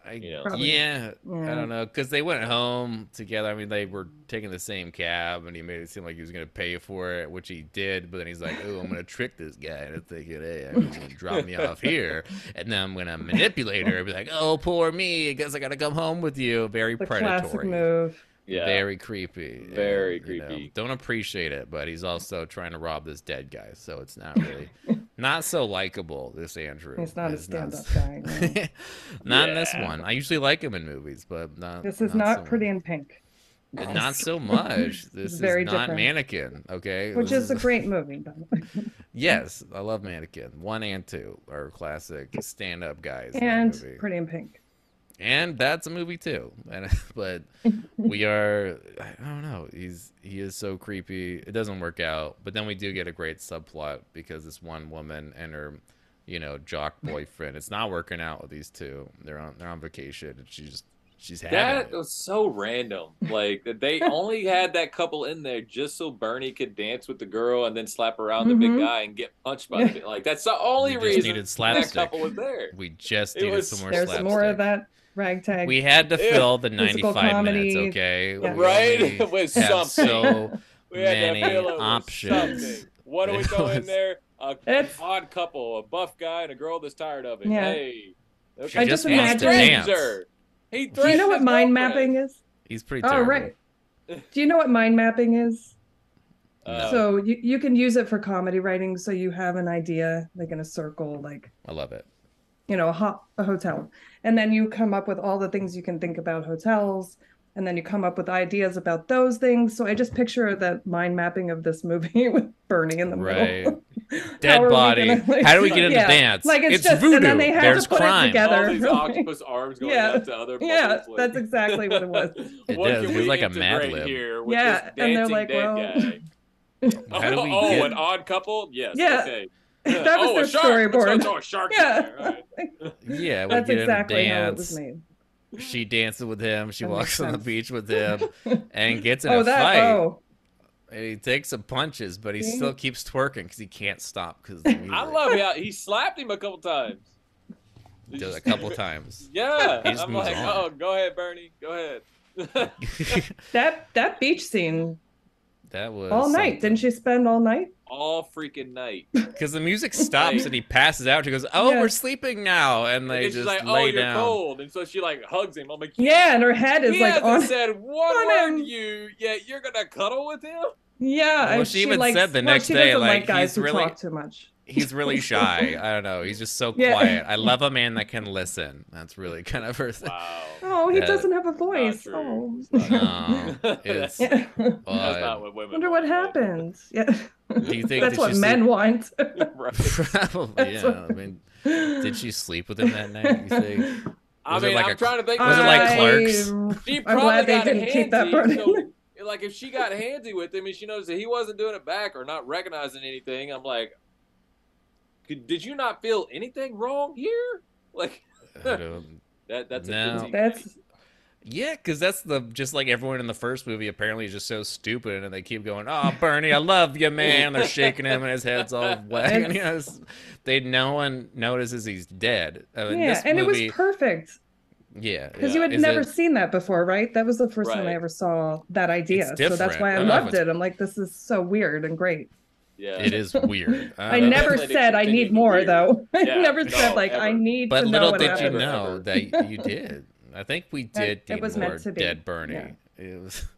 D: I,
F: You know.
E: Probably.
D: yeah, I
E: Yeah.
D: don't know, because they went home together. I mean, they were taking the same cab, and he made it seem like he was gonna pay for it, which he did. But then he's like, "Oh, I'm gonna trick this guy into thinking, hey, I'm just gonna drop me off here, and then I'm gonna manipulate her, and be like, oh, poor me, I guess I gotta come home with you.' Very
E: The classic
D: predatory.
E: move.
F: yeah.
D: Very creepy.
F: Very
D: you know,
F: creepy.
D: don't appreciate it, but he's also trying to rob this dead guy, so it's not
E: <laughs>
D: really not so likable. This Andrew.
E: He's not a
D: It's not-
E: stand-up guy.
D: <laughs>
E: no.
D: not in this
F: Yeah.
D: one. I usually like him in movies, but not.
E: This is not
D: so
E: pretty
D: much.
E: in pink, <laughs>
D: And Not so much. This is
E: very
D: not
E: different.
D: Mannequin. Okay,
E: which
D: This <laughs>
E: is a great movie. by the way.
D: yes. I love Mannequin. One and two are classic stand-up guys. in that
E: and
D: movie.
E: pretty in pink.
D: and that's a movie too. And <laughs> but
E: <laughs>
D: we are I don't know. He's he is so creepy. It doesn't work out. But then we do get a great subplot because this one woman and her,
E: <laughs>
D: you know, jock boyfriend. It's not working out with these two. They're on they're on vacation and she just She's having
F: That
D: it.
F: was so random. Like
E: <laughs>
F: that they only had that couple in there just so Bernie could dance with the girl and then slap around the
E: Mhm.
F: big guy and get punched by the big. Like that's the only
D: We just
F: reason
D: needed
F: that
D: slapstick.
F: couple was there.
D: We just
F: It
D: needed
F: was-
D: some more
E: There's
D: slapstick.
E: more of that ragtag.
D: We had to
F: Yeah.
D: fill the
E: Physical
D: 95 minutes,
E: comedy.
D: okay?
E: Yeah.
D: We
F: Right? <laughs>
D: only
F: With
D: have
F: something. <laughs>
D: So
F: We had
D: many
F: to fill it with
D: options.
F: something. What do we
D: <laughs> It
F: throw in
D: was-
F: there? A
E: It's-
F: odd couple, a buff guy and a girl that's tired of it.
E: Yeah.
F: Hey,
D: she
E: I
D: just,
E: just
D: wants to
E: imagine-
D: dance.
F: her. He
E: Do you know
F: threatened
E: what
F: his
E: mind
F: girlfriend.
E: mapping is?
D: He's pretty
E: Oh,
D: terrible.
E: right. Do you know what mind mapping is?
F: Uh,
E: So you, you can use it for comedy writing. So you have an idea, like in a circle, like,
D: I love it.
E: you know, a, ho- a hotel. And then you come up with all the things you can think about hotels. And then you come up with ideas about those things. So I just picture that mind mapping of this movie <laughs> with Bernie in the
D: Right.
E: middle.
D: Dead
E: are we
D: body.
E: gonna, <laughs> like-
D: How do we get him
E: Yeah.
D: to dance?
E: Like, it's
D: it's
E: just-
D: voodoo.
E: and then they had to
D: There's
E: put it
D: crime.
E: together. <laughs>
F: all these octopus arms going
E: Yeah.
F: out to other
E: yeah,
F: people's
E: that's
F: legs.
E: exactly what it was.
F: <laughs>
E: <laughs>
D: It
F: What
D: does.
F: can
D: It's
F: we
D: like a
F: integrate
D: Mad Lib.
F: Here with
E: Yeah,
F: this
E: and they're
F: dancing
E: like,
F: dead
E: well- <laughs>
F: guy?
D: How do we
F: oh,
D: get-
F: an odd couple? Yes.
E: Yeah.
F: Okay.
E: <laughs> That was
F: oh,
E: their
F: a shark. Let's
E: storyboard.
F: go throw a shark
E: Yeah.
F: in there. All right.
D: <laughs> Yeah, we
E: That's
D: get
E: exactly
D: him to
E: how it
D: dance.
E: was made.
D: She dances with him. She
E: That
D: walks
E: makes
D: on the
E: sense.
D: beach
E: <laughs>
D: with him and gets in
E: oh,
D: a
E: that.
D: fight.
E: Oh,
D: And he takes some punches, but he
E: See?
D: still keeps twerking because he can't stop because
E: <laughs>
D: the music.
F: I love how he slapped him a couple times.
D: Does it a couple
E: <laughs>
D: times.
F: Yeah.
D: He just
F: I'm
D: moves
F: like,
D: on.
F: oh, go ahead, Bernie. Go ahead.
E: that that beach scene
D: that was
E: all night. Didn't she spend all night?
F: All freaking night.
D: Because the music stops
F: Like-
D: and he passes out. She goes, "Oh,
E: Yeah.
D: we're sleeping now," and
F: And
D: they
F: then she's
D: just
F: like, oh,
D: lay
F: you're
D: down.
F: cold. And so she like hugs him. I'm like,
E: Yeah, and her head is
F: He
E: like
F: hasn't
E: on.
F: said one
E: on
F: word
E: him.
F: to you, yet you're gonna cuddle with him?
E: <laughs> Yeah,
D: Well,
E: and
D: she even
E: likes-
D: said the
E: well,
D: next
E: she
D: day,
E: doesn't
D: like,
E: like guys
D: he's
E: who
D: really-
E: talk too much.
D: He's really shy. I don't know. He's just so
E: Yeah.
D: quiet. I love a man that can listen. That's really kind of her thing.
E: <laughs>
F: Wow.
E: Oh, he
D: Yeah,
E: doesn't have a voice.
F: true.
E: Oh,
F: <laughs>
D: <laughs>
E: <laughs>
D: No, it's,
F: It's <laughs> That's-
E: yeah.
F: That's not
D: odd.
F: what women
E: wonder what
F: want, right?
E: happened. Yeah,
D: do you think
E: that's
D: did
E: what
D: she <laughs>
E: men want.
F: <laughs> Right.
D: Sleep? Probably.
E: That's
D: Yeah.
E: what-
D: I mean, did she sleep with him that night? You
E: <laughs>
D: think?
F: I
D: Was it
F: mean,
D: like
F: I'm
D: a-
F: trying to think.
D: was it like
F: I-
D: Clerks?
E: I-
F: She
E: I'm
F: probably
E: glad they
F: got
E: didn't keep that
F: handsy,
E: part. in.
F: so, like if she got handsy with him and she knows that he wasn't doing it back or not recognizing anything, I'm like, "Could- did you not feel anything wrong here? Like
E: <laughs>
D: I don't-
F: that. That's a
D: No.
F: critique.
E: That's
D: Yeah, because that's the just like everyone in the first movie apparently is just so stupid, and they keep going, "Oh, Bernie, I love you, man." They're shaking him, and his head's
E: <laughs>
D: all wet. <laughs> And, you know, it's- they no one notices he's dead. I mean,
E: yeah,
D: this
E: and
D: movie,
E: it was perfect
D: yeah,
E: because
F: Yeah.
E: you had
D: is
E: never
D: it-
E: seen that before, right? That was the first time
F: Right.
E: I ever saw that idea, so that's
D: different.
E: why
D: I
E: I
D: don't know if
E: loved
D: it's-
E: it. I'm like, this is so weird and great.
F: yeah.
D: it is weird.
E: <laughs>
D: Uh,
E: I
D: don't know.
E: never
F: Definitely
E: said I
F: continue
E: need
F: to
E: more,
F: weird.
E: though. <laughs> I
F: Yeah,
E: never
F: no,
E: said like I
F: ever.
E: need
D: But
E: to know
D: little
E: what
D: did
E: happened.
D: you
E: <laughs>
F: happened.
D: know that you did. I think we did
E: it
D: need
E: was meant
D: more
E: to be.
D: dead Bernie.
E: Yeah.
D: It was. <laughs>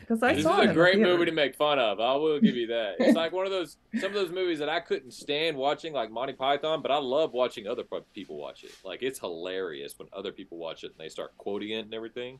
E: Because I
F: this
E: saw
F: is
E: it
F: a
E: in
F: great
E: the
F: movie to make fun of. I will give you that. It's like one of those some of those movies that I couldn't stand watching, like Monty Python, but I love watching other fu- people watch it. Like it's hilarious when other people watch it and they start quoting it and everything.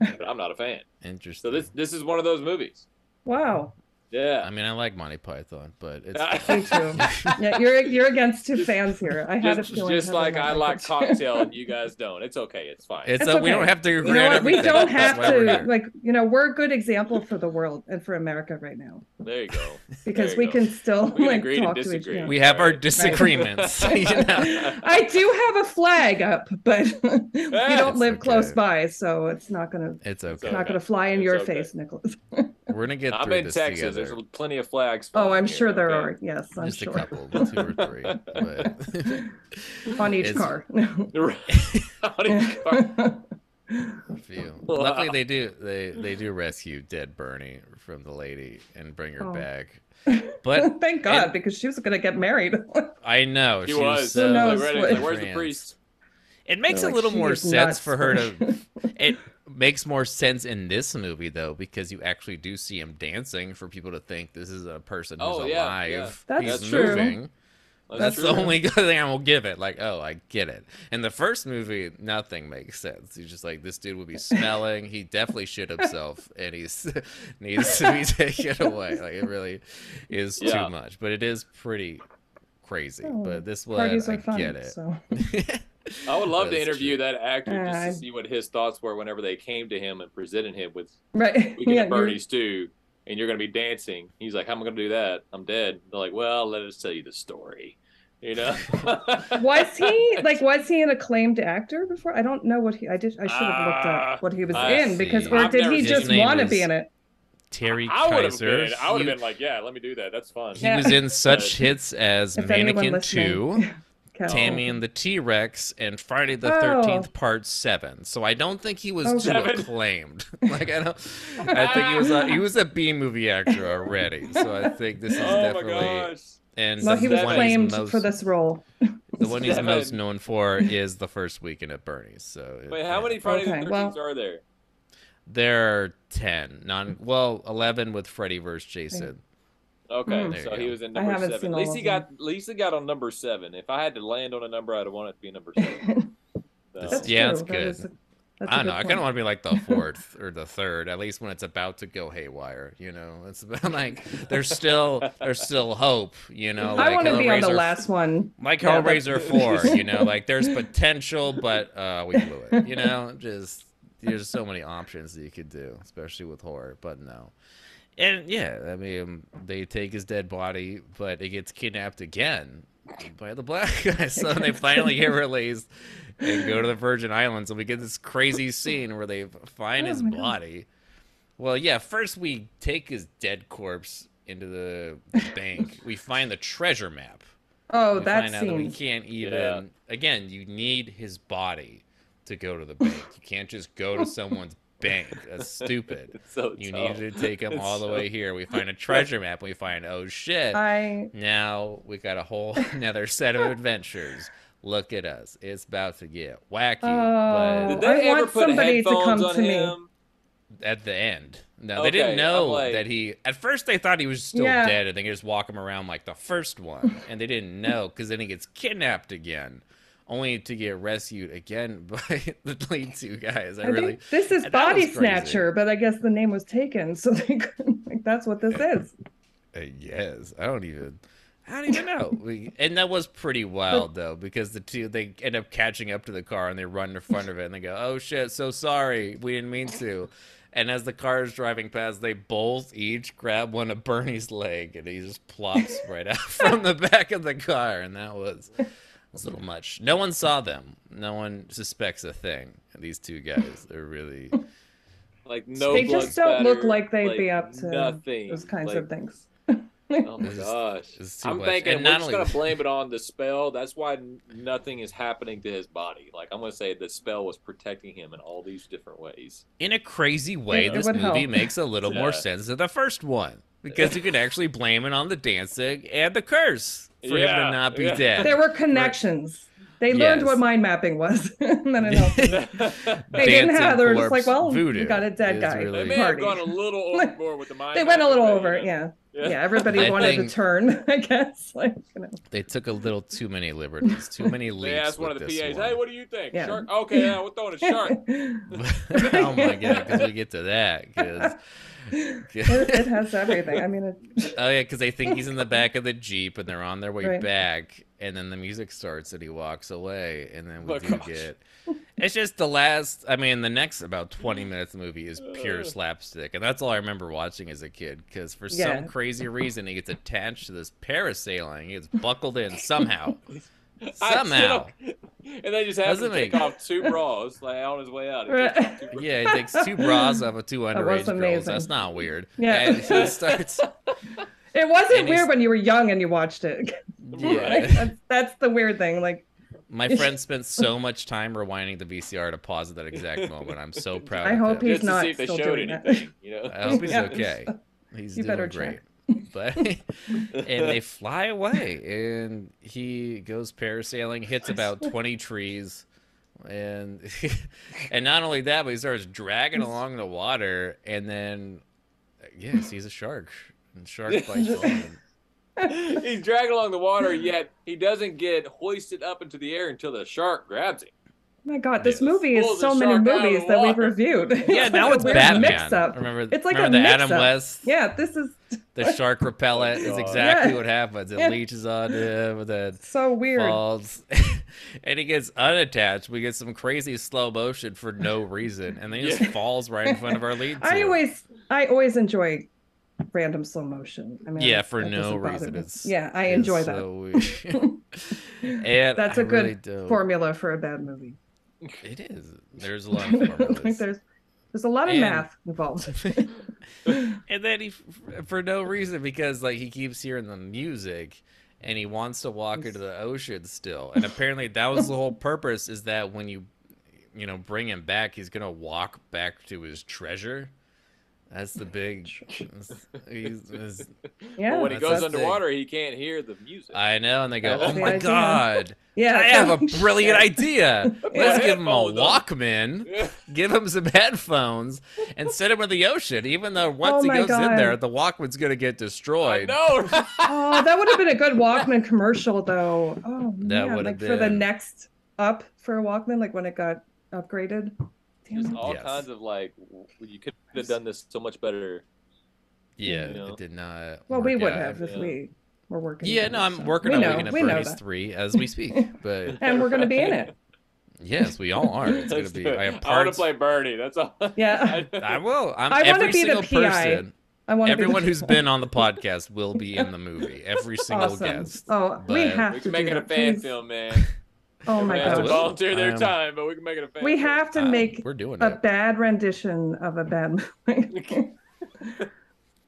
F: But I'm not a fan.
D: Interesting.
F: So this this is one of those movies.
E: Wow.
D: I
F: Yeah.
D: mean, I like Monty Python, but <laughs> it's
F: <laughs>
E: Me too. Yeah, you're you're against two fans here. I had
F: just
E: a feeling.
F: just
E: Heather
F: like
E: might
F: I like
E: it. <laughs>
F: cocktail and you guys don't. It's okay. It's fine.
D: it's,
E: It's
D: uh, we
E: okay.
D: don't have to agree
E: You know
D: on
E: what? We
D: everything.
E: don't
F: <laughs>
D: That's
E: have
D: why we're
E: to
D: here.
E: like you know we're a good example for the world and for America right now
F: there you go.
E: because
F: you
E: we
F: go.
E: can still
F: We can
E: like
F: agree to
E: talk to each
F: disagree.
D: <laughs>
E: other.
D: We have our
F: Right.
D: disagreements. <laughs> you know?
E: <laughs> I do have a flag up, but <laughs> we don't
F: Ah, It's
E: live
D: okay.
E: close by, so it's not gonna
D: It's okay.
E: not
F: okay.
E: gonna fly in
F: It's
E: your
F: okay.
E: face, Nicholas.
D: We're gonna <laughs> get
F: I'm
D: through
F: in
D: this
F: Texas.
D: together.
F: There's plenty of flags.
E: Oh,
F: flying
E: I'm
F: here,
E: sure there
F: okay?
E: are. Yes, I'm
D: Just
E: sure
D: a couple, two or three.
E: <laughs>
D: But <laughs>
E: on each
D: It's- <laughs>
E: car. <laughs>
F: <laughs> Out of car-
D: a few. Luckily, they do they they do rescue dead Bernie from the lady and bring her
E: Oh. <laughs>
D: back. But
E: Thank God,
D: and-
E: because she was gonna get married. <laughs>
D: I know
F: She was.
D: so
E: Who knows
F: Like,
E: what-
F: ready, like, where's the
D: trans.
F: priest?
D: It makes
E: They're
D: a
E: like,
D: little
E: "She
D: more
E: is
D: sense
E: nuts."
D: for her
E: <laughs>
D: to. It makes more sense in this movie though, because you actually do see him dancing for people to think this is a person who's
F: Oh, yeah,
D: alive.
F: yeah.
E: That's
D: He's
F: true.
D: moving. That's,
E: That's
D: the
E: true.
D: only <laughs> good thing I will give it. Like, oh, I get it. In the first movie, nothing makes sense. He's just like, this dude would be smelling. He definitely shit himself, and he's <laughs> needs to be <laughs> taken away. Like, it really is
F: Yeah.
D: too much. But it is pretty crazy.
E: Oh,
D: but this one,
E: Parties
D: I
E: are fun.
D: get <laughs> it.
E: So
F: I would love to
D: That's
F: interview that actor just
E: Uh,
F: to see what his thoughts were whenever they came to him and presented him with
E: right,
F: "We can
E: yeah,
F: yeah, Bernie <laughs> Stew, and you're going to be dancing." He's like, "How am I going to do that? I'm dead." They're like, "Well, let us tell you the story." You know,
E: Was he like was he an acclaimed actor before? I don't know what he I did I should have looked
F: Ah,
E: up what he was
F: I
E: in because
D: see.
E: or
F: I've
E: did
F: never
E: he
F: seen
E: just
D: his name
E: want to
D: is-
E: be in it?
D: Terry
F: I would have
D: Kaiser.
F: been. I would have
D: You-
F: been like, yeah, let me do that. That's fun.
D: He
E: Yeah.
D: was in
F: <laughs>
D: such hits as
E: If anyone
D: Mannequin
E: listening-
D: 2,
E: Cal.
D: Tammy and the T Rex, and Friday the
E: Oh.
D: 13th, Part 7. So I don't think he was
E: Oh,
D: too
F: Seven.
D: acclaimed. <laughs> like, I don't. I think he was
E: <laughs>
D: a, he was a B movie actor already. So I think this is
F: Oh my
D: definitely.
F: gosh.
D: And
E: Well,
D: the
E: he was
F: Seven.
D: one he's
E: claimed
D: most-
E: for this role.
D: The one he's most
F: Seven.
D: known
E: <laughs>
D: for is the first weekend at Bernie's. So it-
F: Wait, how
D: yeah.
F: many Friday
E: Okay,
F: the 13th
E: well-
F: are there?
D: There are ten. Non well, eleven with Freddy versus Jason.
F: Okay,
E: Mm.
D: Mm-hmm. There
F: so
D: you
F: he
D: go.
F: was in
E: I
F: number
E: haven't
F: seven.
E: seen
F: At
E: all
F: least
E: of
F: he got, at least he got on number seven. If I had to land on a number, I'd want it to
E: <laughs>
F: be number seven. So-
E: That's
D: Yeah,
E: true.
D: that's
E: That is
D: good.
E: a- that's a
D: I don't
E: good
D: know. I kind
E: point.
D: of want to be
E: <laughs>
D: like the fourth or the third, at least when it's about to go haywire. You know, it's about <laughs> like there's still there's still hope. You know, like
E: I want to be on the
D: Hellraiser-
E: last one.
D: like
E: Yeah, but- <laughs>
D: Hellraiser four. You know, like there's potential, but uh, we blew it. You know, just there's so many options that you could do, especially with horror. But no, and yeah, I mean, they take his dead body, but it gets kidnapped again by the black <laughs> guy. So they finally get released and go to the Virgin Islands, and we get this crazy scene where they find his
E: Oh my God.
D: body. Well, yeah, first we take his dead corpse into the the bank. we find the treasure map
E: Oh,
D: we
E: that
D: find out that we
E: scene.
D: can't even
F: Yeah.
D: again you need his body to go to the bank you can't just go
E: <laughs>
D: to someone's bank that's stupid
F: It's <laughs> so
D: you
F: dumb.
D: needed to take him
F: It's
D: all the
F: so-
D: way here we find a treasure map we find oh shit
E: I
D: now we got a whole <laughs> another set
E: <laughs>
D: of adventures look at us it's about to get wacky
E: Oh.
D: but
F: Did they
E: I
F: ever
E: want
F: put
E: somebody to
F: headphones
E: come
F: on
E: to me.
F: him?
D: at the end no they didn't
F: Okay, I'm
D: know
F: like-
D: that he at first they thought he was still
E: Yeah.
D: dead and they could just walk him around like the first one and they didn't know because then he gets kidnapped again only to get rescued again <laughs> by the lead two guys i,
E: I
D: really
E: think this is
D: that was
E: Body
D: crazy.
E: Snatcher, but I guess the name was taken, so <laughs> they couldn't. Like, that's what this is.
D: Uh, yes, I don't even. I don't even know. We, and that was pretty
F: <laughs>
D: wild though, because the two they end up catching up to the car and they run in front of it and they go, "Oh shit, so sorry, we didn't mean to." And as the car is driving past, they both each grab one of Bernie's leg and he just plops right out <laughs> from the back of the car. And that was, that was a little much. No one saw them. No one suspects a thing. And these two guys, they're really.
F: Like no.
E: they
F: blood
E: just don't look
F: spatter,
E: like they'd be up to
D: <laughs>
F: nothing.
E: those kinds
F: Like,
E: of things.
F: Oh my
D: It's-
F: gosh.
D: it's too
F: I'm
D: much.
F: thinking
D: And
F: we're
D: not
F: just
D: only- <laughs>
F: gonna blame it on the spell. That's why n- nothing is happening to his body. Like I'm gonna say the spell was protecting him in all these
E: <laughs>
F: different ways. <laughs>
D: in a crazy way,
E: Yeah. It
D: this
E: would
D: movie
E: help.
D: makes a little
F: Yeah.
D: more sense than the first one because you could actually blame it on the dancing and the curse for him
F: Yeah,
D: to not be
F: yeah.
D: dead.
E: There were connections. They learned what
D: Yes.
E: mind mapping was, <laughs> and then it helped. They didn't
D: Dancing
E: have. They were just like,
D: corpse
E: well,
D: voodoo
E: we got a dead
D: is
E: guy.
D: really-
F: They
D: Like,
F: may
E: party.
F: have gone a little
E: <laughs>
F: overboard with the mind.
E: They went a little
F: mapping,
E: over.
F: but, you know.
E: Yeah. Yeah. Everybody
D: I
E: wanted
D: think-
E: to turn, <laughs> I guess. Like, you know.
D: They took a little too many liberties, too many leaps.
F: <laughs> They asked one of
D: with
F: the
D: this
F: PAs,
D: one.
F: "Hey, what do you think?
E: Yeah.
F: Shark? Okay, yeah,
E: <laughs>
F: we're throwing a shark."
D: <laughs>
F: <laughs>
D: oh my god, because we get to that.
E: <laughs>
D: 'cause- <laughs>
E: it, it has everything. I mean, it, <laughs>
D: oh yeah, because they think he's in the back of the jeep and they're on their way
E: Right.
D: back, and then the music starts and he walks away, and then we
F: Oh,
D: do
F: gosh.
D: get. It's just the last. I mean, the next
F: <laughs>
D: about twenty minutes of the movie is pure slapstick, and that's all I remember watching as a kid. Because for
E: Yeah.
D: some crazy reason, he gets attached to this parasailing. He gets buckled in
F: <laughs>
D: somehow. somehow.
F: and they just have to
D: Doesn't
F: take
D: make-
F: off
E: <laughs>
F: two bras like on his way out. He
E: Right.
F: takes off two bras.
D: Yeah, he takes two bras off of
E: <laughs>
D: two underage
E: was
D: girls. That's
E: amazing.
D: not weird.
E: Yeah.
D: And he
F: <laughs>
D: starts.
E: it wasn't
D: And he's-
E: weird when you were young and you watched it. <laughs>
D: Yeah. <laughs>
E: Like, that's, that's the weird thing. Like, <laughs>
D: My friend spent so much time rewinding the VCR to pause at that exact moment. I'm so proud.
E: <laughs> I
D: of
E: hope
D: him.
E: He's
F: just to
E: not
F: see if they
E: still
F: showed
E: doing that.
F: anything. You know,
D: I hope he's
E: Yeah.
D: okay. He's
E: You
D: doing
E: better
D: great.
E: check.
D: But <laughs> and they fly away, and he goes parasailing, hits about 20 trees, and <laughs> and not only that, but he starts dragging along the water, and then yeah, he sees a shark, and shark
E: <laughs>
D: bites him.
F: <laughs> he's dragged along the water, yet he doesn't get hoisted up into the air until the shark grabs him.
E: <laughs> my God, this
D: Yeah.
E: movie
F: Pull
E: is
F: the
E: so many
F: shark out of
E: movies
F: the
E: that we've
F: water.
E: reviewed.
F: <laughs>
D: Yeah,
E: like <laughs>
D: now
E: a
D: it's
E: weird
D: Batman.
E: mix-up.
D: Remember,
E: It's like
D: remember
E: a
D: the Adam
E: mix-up.
D: West
E: Yeah, this is
D: the
E: <laughs>
D: shark repellent is
F: God.
D: exactly
E: Oh Yeah.
D: what happens. It
E: Yeah.
D: leaches on him, then
E: so weird.
D: falls, <laughs> and he gets unattached. We get some crazy slow motion
E: <laughs>
D: for no reason, and then he just
F: Yeah.
D: falls right in front of our lead.
E: I
D: two.
E: always I always enjoy random slow motion. I mean,
D: yeah,
E: that-
D: for
E: that
D: no
E: doesn't bother
D: reason.
E: me.
D: It's
E: yeah, I
D: it's
E: enjoy <laughs>
D: so weird. <laughs>
E: that.
D: and
E: That's
D: a
E: a good
D: really don't.
E: formula for a bad movie.
D: It is. There's
E: <laughs>
D: a lot of formulas.
E: like there's there's a lot of
D: And-
E: math involved. <laughs>
D: <laughs> and then he f- for no reason because like he keeps hearing the music and he wants to walk into the ocean still and apparently that was the whole purpose is that when you you know bring him back he's gonna walk back to his treasure that's the
E: <laughs>
D: big he's, he's-
E: Yeah,
F: But when he
D: That's
F: goes
D: that thing.
F: underwater, he can't hear the music.
D: i know and they go
E: That's
D: oh
E: the
D: my
E: idea.
D: god
E: yeah.
D: i
E: it's
D: have a
E: like, <laughs>
D: brilliant
E: shit.
D: idea let's give him a
F: Headphones on.
D: walkman
F: Yeah.
D: give him some headphones and set him in the ocean even though once he
E: Oh my
D: goes in there
E: God.
D: the walkman's gonna get destroyed
F: <laughs> No,
D: <laughs>
E: Oh, that would have been a good Walkman commercial, though. Oh
D: That
E: man,
D: would
E: like
D: have
E: for the
D: been.
E: next up for a Walkman, like when it got upgraded. Damn
F: just
E: it.
F: all
D: Yes.
F: kinds of like w- you could have done this so much better.
D: Yeah,
F: you know?
D: it did not.
E: Well, we
D: work
E: would
D: out.
E: have if
F: yeah.
E: we were working.
D: Yeah,
E: on
D: no,
E: it,
D: I'm
E: so
D: working
E: we
D: on
E: know,
D: Weekend at
E: we know
D: Bernie's
E: that.
D: three as we speak.
E: <laughs>
D: But
E: and we're gonna be
D: <laughs>
E: in it.
D: yes, we all are. It's gonna
F: Let's
D: be.
F: do it.
D: I
F: I,
D: have
F: want to
D: parts.
F: play Bernie. That's all. <laughs>
E: Yeah,
D: I will. I'm
E: I wanna
D: every
E: be
D: single
E: the PI.
D: person.
E: I want
D: Everyone who's been on the podcast will be in the movie. Every single
E: awesome.
D: guest.
E: Oh, we
D: but-
E: have
F: we
E: to
F: can make
E: do
F: it a
E: that,
F: fan
E: please.
F: film, man.
E: Oh my
F: Everyone has to
D: God.
E: gosh,
F: volunteer their
D: Um,
F: time, but we can make it a fan.
E: we
F: film.
E: have to
D: Um,
E: make
D: we're doing
E: a
D: it,
E: bad rendition of a bad <laughs> movie.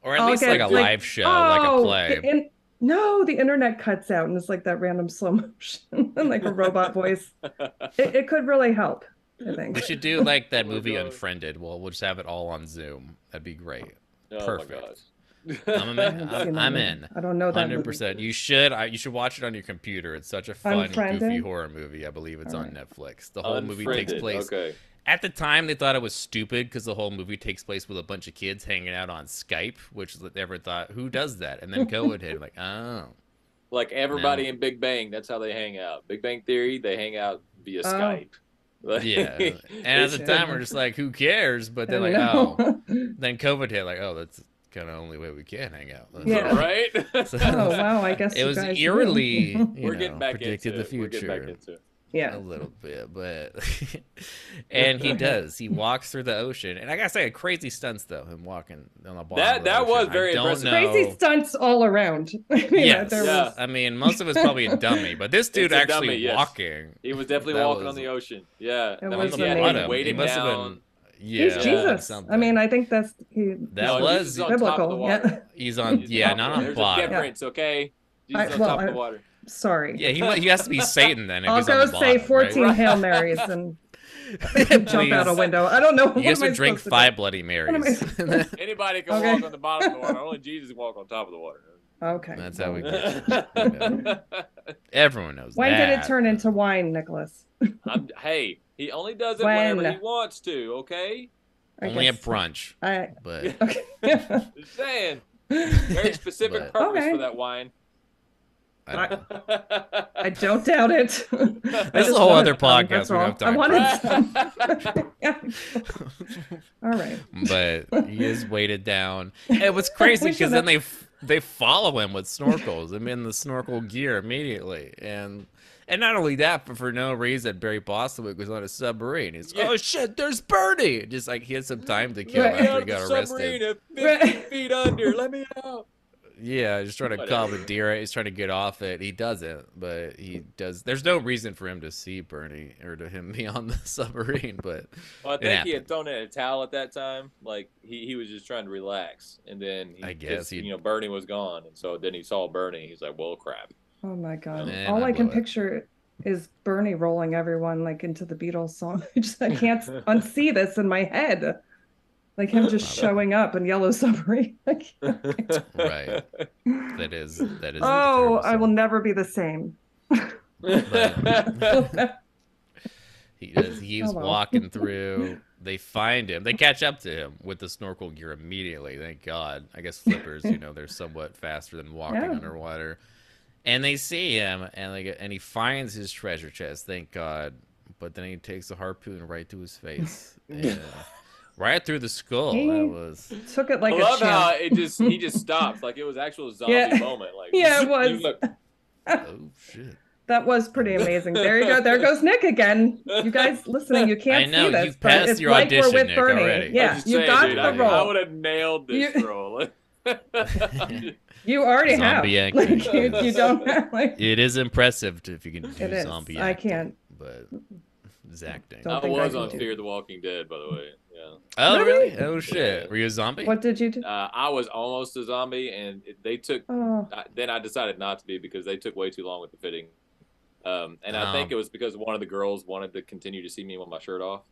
D: or at
E: I'll
D: least like
E: get,
D: a
E: like, oh,
D: live show, like a play.
E: the in- no, the internet cuts out and it's like that random slow <laughs> motion and like a robot voice. It, it could really help, I think.
D: we should
E: <laughs>
D: do like that
F: Oh my
D: movie
F: God.
D: Unfriended. Well, we'll just have it all on Zoom. That'd be
E: <laughs>
D: great.
F: Oh my
D: Perfect.
F: gosh.
D: I'm,
E: I
D: i
E: haven't seen
D: I'm,
E: that
D: I'm
E: movie.
D: in.
E: I don't know that.
D: Hundred
E: movie.
D: percent. You should. I, you should watch it on your computer. It's such a fun, goofy
E: Unfriended?
D: horror movie. I believe it's on Netflix. The whole movie
F: Unfriended,
D: takes place.
F: Okay.
D: At the time, they thought it was stupid because the whole movie takes place with a bunch of kids hanging out on Skype, which they never thought, who does that? And then COVID hit.
E: <laughs>
D: Like, oh,
F: Like everybody
D: No.
F: in Big Bang, that's how they hang out. Big Bang Theory, they hang out via
E: Oh.
F: Skype. <laughs> Like-
D: yeah. And at the
E: It's-
D: time, we're just like, who cares? But
E: I
D: then, like,
E: know.
D: oh, then COVID hit. Like, oh, that's kind of the only way we can hang out. That's
E: Yeah.
D: all. <laughs>
F: right?
D: So-
E: <laughs> Oh wow, I guess
D: It
E: you
D: was
E: guys knew. <laughs>
D: eerily, you
F: We're getting
D: know,
F: back
D: predicted
F: into
D: the
F: it. We're
D: future.
F: getting back into it.
E: yeah.
D: a little bit, but <laughs> and
F: <laughs>
D: he does. He walks through the ocean, and I gotta say, crazy stunts though. Him walking on the bottom.
F: That-
D: of the
F: that
D: ocean.
F: was
D: I
F: very
D: don't
F: impressive.
D: Know.
E: Crazy stunts all around. <laughs> I mean,
D: Yes.
E: there
F: Yeah.
E: was
D: I mean, most of it's probably
E: <laughs>
D: a dummy, but this dude
F: a
D: actually
F: dummy, yes.
D: walking.
F: He was definitely
D: That
F: walking
D: was-
F: on the ocean. Yeah.
E: It
F: I mean,
E: was
F: he
D: on
F: had,
D: the
F: like,
D: bottom.
F: weighted
D: he must
F: down.
D: have been. Yeah,
E: he's
F: Yeah.
E: Jesus. I
D: something.
E: mean, uh, I think that's he
D: that
F: No,
D: was
F: Jesus is on top of the
E: biblical.
F: water.
E: Yeah. <laughs>
D: he's on.
F: He's
D: Yeah,
F: top
D: not
F: of-
D: on
F: There's a
D: bottom.
F: difference, okay? Jesus
E: I-
F: on
E: well,
F: top of
E: I-
F: the water.
E: Sorry.
D: Yeah, he, mu- he has to be Satan then. If
E: I'll
D: he's on
E: go
D: the
E: say
D: bottom, right?
E: 14
D: <laughs>
E: Hail Marys and <laughs> jump out a
D: Please.
E: window. I don't know.
D: You
E: what
D: guys
E: am I
D: would drink
E: supposed to do.
D: five Bloody
E: am I
D: Marys.
F: Anybody can
E: Okay.
F: walk on the bottom of
E: <laughs>
F: the water. Only Jesus can walk on top of the water.
E: Okay.
D: That's how we
E: Well,
F: <laughs>
D: get. Everyone knows.
E: When did it
D: that.
E: turn into wine, Nicholas?
F: I'm, hey, he only does it
E: When?
F: whenever he wants to, okay?
E: I
D: Only
E: guess.
D: at brunch,
E: I
D: but.
E: okay. <laughs>
F: Just saying.
D: <laughs>
F: Very specific
D: But-
F: purpose
E: Okay.
F: for that wine.
D: I don't know.
E: I don't doubt it. I
D: This is
E: just
D: a whole
E: wanted
D: other
E: some,
D: podcast
E: that's
D: we don't
E: all.
D: have time
E: I
D: for.
E: wanted some. Yeah. <laughs> All right.
D: but he
E: <laughs>
D: is weighted down. And what's crazy
E: We
D: because
E: should
D: then they f- they follow him with snorkels. I'm in the snorkel gear immediately, and and not only that, but for no reason, Barry Bostwick was on a submarine. He's
F: Yeah.
D: oh shit, there's Birdie. Just like he had some time to kill
E: Let me
D: after
F: out
D: he
F: of the
D: got
F: submarine
D: arrested.
F: at 50
E: Right.
F: feet under. Let me out.
D: Yeah, just trying to
F: Whatever.
D: commandeer it. He's trying to get off it. He doesn't, but he does. There's no reason for him to see Bernie or to him <laughs> be on the submarine, but
F: Well, I
D: It
F: think he had
D: happened.
F: thrown in a towel at that time. Like he, he was just trying to relax, and then he,
D: I guess he-
F: you know Bernie was gone, and so then he saw Bernie. He's like, "Well, crap."
E: Oh my god.
D: Man,
E: All
D: I
E: I can
D: blew it.
E: picture is Bernie rolling everyone like into the Beatles song. <laughs> I just I can't unsee this in my head. Like him just showing up in Yellow Submarine. <laughs> Like,
D: right. That is that is. a
E: oh,
D: terrible
E: I
D: song.
E: will never be the same. <laughs>
F: <laughs>
E: <laughs>
D: He does. He
E: Oh,
D: was
E: well. <laughs>
D: walking through. They find him. They catch up to him with the snorkel gear immediately. Thank God. I guess flippers, you know, they're somewhat faster than walking
E: Yeah.
D: underwater. And they see him, and they go, and he finds his treasure chest. Thank God. But then he takes a harpoon right to his
E: <laughs>
D: face, and, uh, right through the skull. That
E: He-
D: was.
E: Took it like
F: I
E: a
F: love how
E: champ.
F: it just he just stopped. Like it was actual zombie
E: Yeah.
F: moment. Like
E: <laughs> Yeah, it
F: you
E: was.
F: look-
D: Oh shit. <laughs>
E: That was
F: <laughs>
E: pretty amazing. There you go. There goes Nick again. You guys listening, you
D: I
E: can't
D: know,
E: see
D: you
E: this, but
D: passed
E: it's
D: your
E: like
D: audition,
E: we're with
D: Nick,
E: Bernie.
D: already. I was
E: Yeah,
F: just
E: you
F: saying,
E: got
F: dude,
E: the
F: I, I
E: role. <laughs>
F: would have nailed this
E: You-
F: role.
E: You already
D: Zombie
E: have.
D: acting.
E: Like you,
F: <laughs>
E: you don't have like
D: It is impressive to, if you can do
E: it is.
D: zombie.
E: I
D: acting,
E: can't.
D: But Zacting.
E: Don't
F: I
E: think I
F: was
E: can
F: on
E: do-
F: Fear of the Walking Dead, by the way. Yeah.
D: Oh
E: Really?
D: really? Oh shit. Were you a zombie?
E: What did you do?
F: Uh, I was almost a zombie, and it- they took.
E: Oh,
F: I, then I decided not to be because they took way too long with the fitting. Um, and I think
D: Um.
F: it was because one of the girls wanted to continue to see me with my shirt off.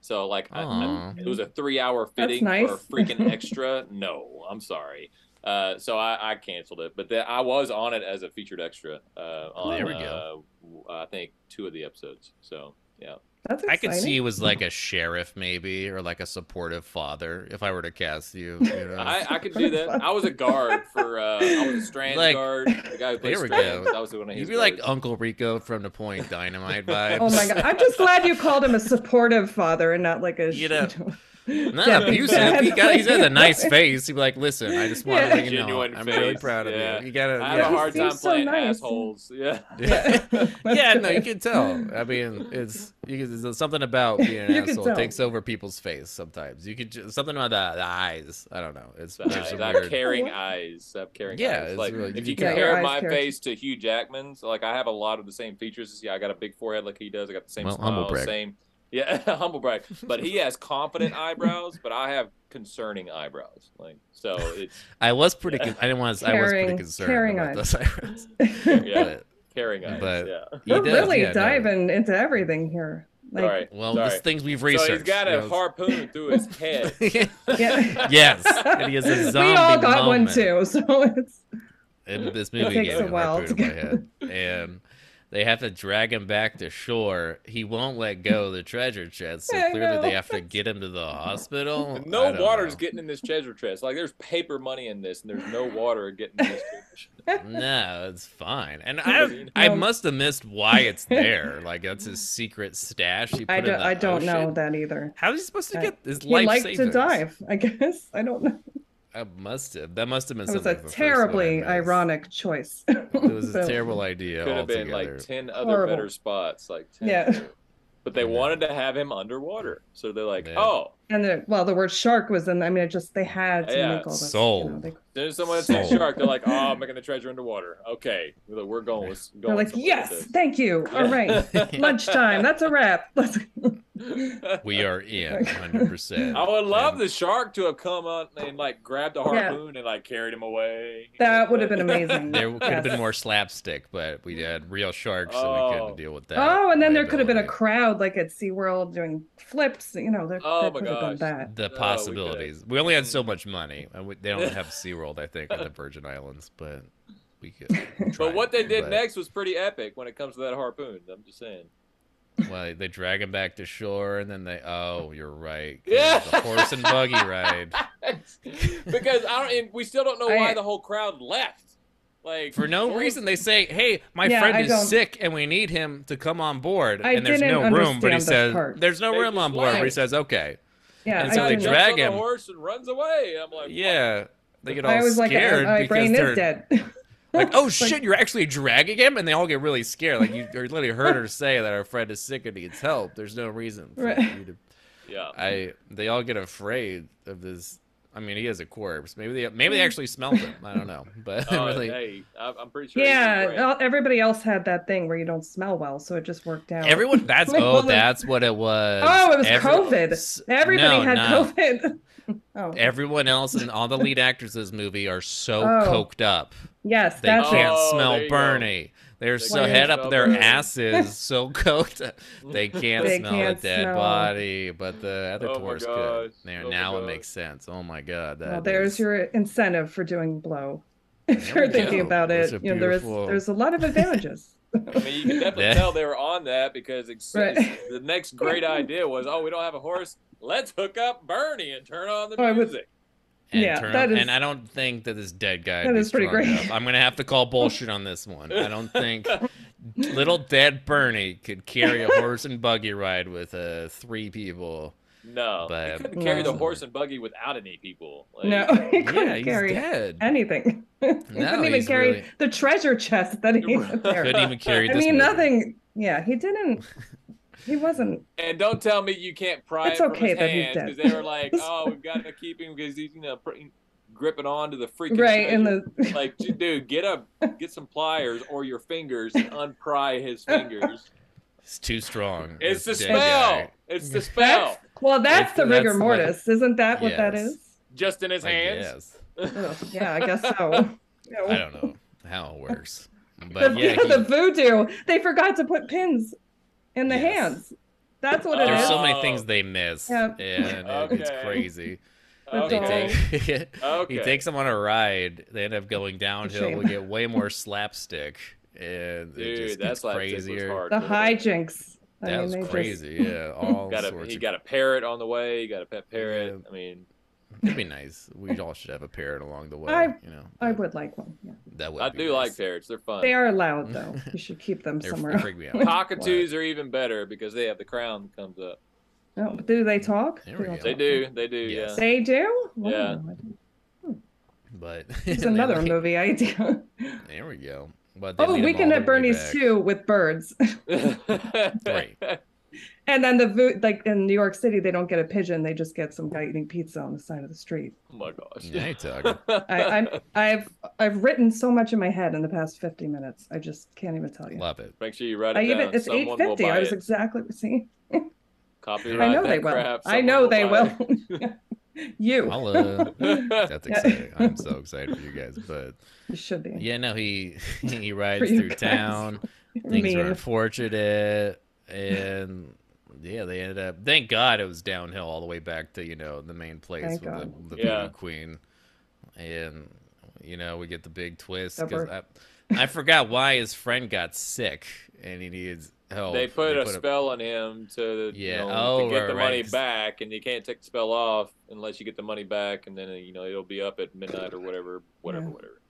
F: So like, I, I,
D: Aw.
F: it was a three-hour
E: That's
F: fitting
E: nice.
F: for
E: <laughs>
F: a freaking extra. no, I'm sorry. Uh, so I, I canceled it, but then I was on it as a featured extra. Uh, on,
D: There we
F: go. Uh, I think two of the episodes. So yeah.
E: that's exciting.
D: I could see you was like a sheriff maybe, or like a supportive father. If I were to cast you,
E: <laughs>
D: you know?
F: I, I could do that. I was a guard for uh, I was a strands
D: Like-
F: guard. The guy who plays
D: There we
F: strands.
D: go.
F: I was one of his.
D: You'd be like
F: guards.
D: Uncle Rico from the Point Dynamite vibes.
E: <laughs> Oh
D: <laughs>
E: my god! I'm just glad you called him a supportive father and not like a
D: You know,
E: <laughs> you know,
D: Not
E: Debbie
D: abusive. He
E: dad.
D: got, he's
E: <laughs>
D: had a nice face. He'd be like, "Listen, I just want
E: Yeah.
D: to let you know,
F: Genuine
D: I'm really
F: face,
D: proud of
F: yeah.
D: you. You gotta."
F: I had
E: Yeah,
F: a
E: he
F: hard time
E: seems so
F: playing
E: nice.
F: assholes. <laughs> Yeah.
D: <laughs> Yeah. <laughs> yeah, no, you
E: <laughs> That's
D: can tell. I mean, it's you can, there's something about being an
E: You can
D: asshole. It
E: tell.
D: takes over people's face sometimes. You could just, something about the, the eyes. I don't know. It's
F: The
D: there's
F: eyes,
D: some
F: that
D: weird-
F: caring eyes. That caring
D: Yeah,
F: eyes.
D: it's
F: Like
D: really-
F: if
D: you
F: you
D: can tell.
E: Your
F: compare
E: Oh, eyes
F: my
E: care.
F: face to Hugh Jackman's, like I have a lot of the same features as he. I got a big forehead like he does. I got the same
D: Well,
F: smile.
D: humble brag.
F: Same. <laughs> Yeah, humble brag. But he has confident eyebrows, but I have concerning eyebrows. Like so, it's
D: I was pretty. Con- I didn't want to. I was pretty
E: Caring-
D: concerned
E: caring
D: about
E: eyes.
D: those eyebrows.
F: yeah,
D: But
F: caring eyes.
D: But-
F: yeah.
E: <laughs>
D: he
E: We're
D: does,
E: really
D: yeah, no.
E: diving into everything here. Like,
F: All right.
D: Well,
F: Sorry.
D: there's things we've researched.
F: So he's got
D: you
F: a
D: know.
F: harpoon
D: <laughs>
F: through his head.
E: Yeah.
D: yes, <laughs> and he is a zombie.
E: <laughs> we all got one
D: moment.
E: too, so it's
D: in this movie
E: takes
D: gave
E: a
D: me
E: while
D: harpoon
E: to
D: in my
E: <laughs>
D: head. And they have to drag him back to shore. He won't let go of the treasure chest, so
E: I
D: clearly they
E: know.
D: have to get him to the
F: <laughs>
D: hospital. I
F: No
D: don't
E: <laughs>
F: water's
D: know.
F: getting in this treasure chest. Like there's paper money in this, and there's no water getting in this. treasure chest.
D: No, it's fine. And I I
E: No.
D: must have missed why
E: <laughs>
D: it's there. Like that's his secret stash. He put
E: I
D: in
E: don't
D: the
E: I don't know
D: ocean.
E: that either.
D: How is he supposed to
E: I-
D: get his
E: He
D: life
E: liked to
D: savings?
E: dive, I <laughs> guess. I don't know.
D: I must have. That must have been
E: It was
D: something
E: a
D: from the first one I
E: terribly
D: missed.
E: ironic choice. <laughs>
D: It was a
E: So,
D: terrible idea
F: Could have
D: altogether.
F: been like ten other
E: Horrible.
F: better spots. Like 10
E: Yeah.
F: other- But they
D: Yeah.
F: wanted to have him underwater, so they're like,
D: Yeah.
F: "Oh,
E: And the, well, the word shark was in. I mean, it just they had to
F: Yeah,
E: make all this. You know,
D: sold.
E: they,
F: there's someone that says
D: Sold.
F: shark." They're like, "Oh, I'm making the treasure underwater." Okay, we're, we're going. With,
E: they're
F: going
E: like,
F: somewhere
E: yes,
F: with
D: <laughs>
E: thank you.
F: this."
E: All right, lunchtime. That's a wrap. <laughs> Let's.
F: <laughs>
D: we are in 100. percent
F: I would love the shark to have come up and like grabbed a
E: Yeah.
F: harpoon and like carried him away.
E: That would have been amazing.
D: There could have been
E: Yes.
D: more slapstick, but we had real sharks, so we
F: Oh.
D: couldn't deal with that.
E: Oh, and then there could have been a
D: liability.
E: crowd like at SeaWorld doing flips. You know, there,
F: Oh
E: there
F: my
E: could have been
F: gosh.
E: that.
D: the
F: No, we
D: possibilities. we, only had so much money. and we- They
F: <laughs>
D: don't have SeaWorld, I think, on the Virgin Islands, but we
E: <laughs>
D: could. try.
F: <laughs> But what they did
D: But-
F: next was pretty epic when it comes to that harpoon. I'm just saying. <laughs>
D: Well, they drag him back to shore, and then they. Oh, you're right. 'cause
F: Yeah.
D: The horse and
F: <laughs>
D: buggy ride.
F: because I don't, and we still don't know
E: I-
F: why the whole crowd left. Like
D: For no
F: what was-
D: reason, they say, "Hey, my
E: Yeah,
D: friend
E: I
D: is
E: don't-
D: sick, and we need him to come on board."
E: I
D: and there's no
E: didn't
D: room, but he
E: understand this
D: says,
E: part.
D: "There's no
F: They
D: room
F: just
D: on board." But he
F: left.
D: says, "Okay."
E: Yeah,
D: And
E: I
D: so they
E: don't
F: jumps
E: know.
D: drag-
F: on the
D: him.
F: horse and runs away. I'm like,
D: Yeah, they get all
E: I was like, "Uh,
D: scared
E: my
D: because
E: brain
D: they're
E: is dead. <laughs>
D: like, "Oh shit, you're actually dragging him," and they all get really scared. Like you you literally heard her say that our friend is sick and needs help. There's no reason for
E: Right.
D: you to.
F: what?
E: <laughs>
F: yeah.
D: I they all get afraid of this. I mean, he is a corpse. Maybe they maybe
E: Mm.
D: they actually smelled him. I don't know, but <laughs>
F: Uh,
D: really,
F: hey, I'm I'm pretty sure.
E: yeah,
F: he's right.
E: all- everybody else had that thing where you don't smell well, so it just worked out.
D: everyone.
E: <laughs>
D: That's
E: Like,
D: oh,
E: well, the-
D: that's what it was.
E: Oh, it was
D: Every-
E: COVID.
D: s-
E: Everybody
D: no,
E: had
D: no.
E: COVID. <laughs> Oh,
D: Everyone else and all the lead actors in this movie are so
E: Oh.
D: coked up.
E: yes,
D: They
E: that's
D: can't
E: it.
F: Oh, there
D: smell
F: you go.
D: Bernie. They're so
E: can't
D: head up
F: smell
D: their
F: Bernie.
D: asses,
E: <laughs>
D: so coked. up,
F: <laughs>
D: They can't
E: They
D: smell
E: can't
D: a dead
E: smell.
D: body, but the other
F: Oh my
D: tourists
F: gosh.
D: could. There,
F: Oh my
D: now it
F: gosh.
D: makes sense. Oh my god!
E: Well,
D: that
E: there's
D: is-
E: your incentive for doing blow. <laughs> If
D: There
E: you're
D: we
E: thinking
D: go.
E: about
D: That's
E: it,
D: a
E: you know, there is
D: beautiful-
E: there's a lot
D: <laughs>
E: of advantages.
F: I mean, you can definitely
D: Yeah.
F: tell they were on that because it's,
E: Right.
F: it's-
E: <laughs>
F: the next great idea was, oh, we don't have a horse. Let's hook up Bernie and turn on the
E: Oh, I would-
F: music.
D: and
E: yeah,
D: turn-
E: that is-
D: and I don't think that this dead guy.
E: That
D: would be
E: is pretty
D: strong
E: great.
D: enough. I'm gonna have to
E: <laughs>
D: call bullshit on this one. I don't think little dead Bernie could carry a horse and buggy ride with uh, three people.
F: No,
D: But-
F: he couldn't carry the
E: No.
F: horse and buggy without any people. Like,
E: no, <laughs> <laughs> he couldn't
D: Yeah, he's
E: carry
D: dead.
E: anything. <laughs> he couldn't even
D: he's
E: carry
D: really-
E: the treasure
D: <laughs>
E: chest that he had there.
D: Couldn't
E: <laughs>
D: even carry.
E: I
D: this
E: mean,
D: movie.
E: nothing. Yeah, he didn't. He wasn't.
F: And don't tell me you can't pry
E: It's
F: it from
E: okay
F: his
E: that he's
F: hands
E: dead. <laughs>
F: because they were like, "Oh, we've got to keep him because he's you know pr- gripping onto the freaking
E: right in
F: treasure.
E: the
F: like j- dude get up get some pliers or your fingers and
E: <laughs>
F: unpry his fingers
D: It's too strong.
F: it's the
D: This dead
F: spell
D: guy.
F: it's
E: <laughs>
F: the
E: that's,
F: spell
E: well that's
D: It's-
E: the rigor
D: that's like-
E: mortis isn't that what that
D: Yes.
E: is
F: just in his
D: I
F: hands
D: guess.
E: Ugh, yeah i guess so
D: <laughs>
E: No.
D: I don't know how it works,
E: the,
D: but yeah, he,
E: <laughs> the voodoo they forgot to put pins in the
D: Yes.
E: hands that's what it
D: there's
E: is
D: so many
E: <laughs>
F: Oh.
D: things they miss,
E: Yeah.
D: and it, it's
F: Okay.
D: crazy.
E: The
D: They
E: dog.
F: okay.
D: take, <laughs>
F: Okay.
D: He takes them on a ride. They end up going downhill.
E: shame.
D: We get way
E: <laughs>
D: more slapstick, and it
F: dude
D: just
F: that's
D: gets
F: like
D: crazier.
F: hard
E: the
F: dude.
E: hijinks
D: That
E: I mean,
D: was
E: they just-
D: crazy.
E: <laughs>
D: Yeah, all
F: got a,
D: sorts.
F: he
D: of,
F: got a parrot on the way he got a pet parrot i mean
D: It'd be nice. We all should have a parrot along the way.
E: I-
D: you know,
E: i would like one yeah.
D: That would.
F: i
D: be
F: do
D: nice.
F: like parrots they're fun <laughs>
E: they are
D: <laughs>
E: loud though you should keep them
D: They're-
E: somewhere
D: They
E: else.
D: freak me out.
F: cockatoos are even better because they have the crown that comes up
E: No, but Oh, do they talk
D: There
E: They
D: we
E: don't
D: go.
F: they
E: talk.
F: do they do
D: Uh-huh. Yes.
F: yeah
E: they do
D: <laughs>
E: Wow,
F: Yeah.
E: I didn't
D: But <laughs>
E: It's
D: they
E: another
D: like-
E: movie idea.
D: <laughs> There we go. But they
E: <laughs> Oh,
D: lead 'em
E: Weekend
D: all
E: at
D: the way
E: Bernie's
D: back.
E: too with birds, <laughs>
F: <laughs> Oh
E: and then the vo- like in New York City, they don't get a pigeon; they just get some guy eating pizza on the side of the street.
F: oh my
D: <laughs>
F: gosh
D: Yeah, I
E: <laughs>
D: talking.
E: I,
F: <laughs>
E: I'm I've I've written so much in my head in the past fifty minutes. I just can't even tell you. <laughs>
D: Love it.
F: make sure you write it
E: I
F: down
E: even it's eight
F: someone will
E: fifty.
F: buy
E: I was
F: it.
E: exactly see.
F: Copyright
E: I know
F: that
E: they will.
F: crap.
E: I
F: Someone
E: know they
F: buy
E: will. <laughs> you
D: I'll, uh,
F: <laughs> it.
D: that's exciting. I'm so excited for you guys.
E: <laughs>
D: But
E: you should be.
D: yeah, no, he <laughs> he rides
E: you
D: through
E: guys.
D: town.
E: You're
D: Things are
E: mean.
D: unfortunate, and yeah, they ended up. Thank God it was downhill all the way back to you know the main place
E: Thank
D: with
E: God.
D: the, the
F: Yeah.
D: voodoo queen, and you know we get the big twist
E: The
D: because
E: bird-
D: I, I forgot why his friend got sick and he needs help.
F: they put a spell on him to, you
D: Yeah,
F: know,
D: oh,
F: to get
D: right,
F: the
D: right,
F: money
D: 'cause-
F: back, and you can't take the spell off unless you get the money back, and then uh, you know it'll be up at midnight or whatever, whatever,
E: Yeah.
F: whatever.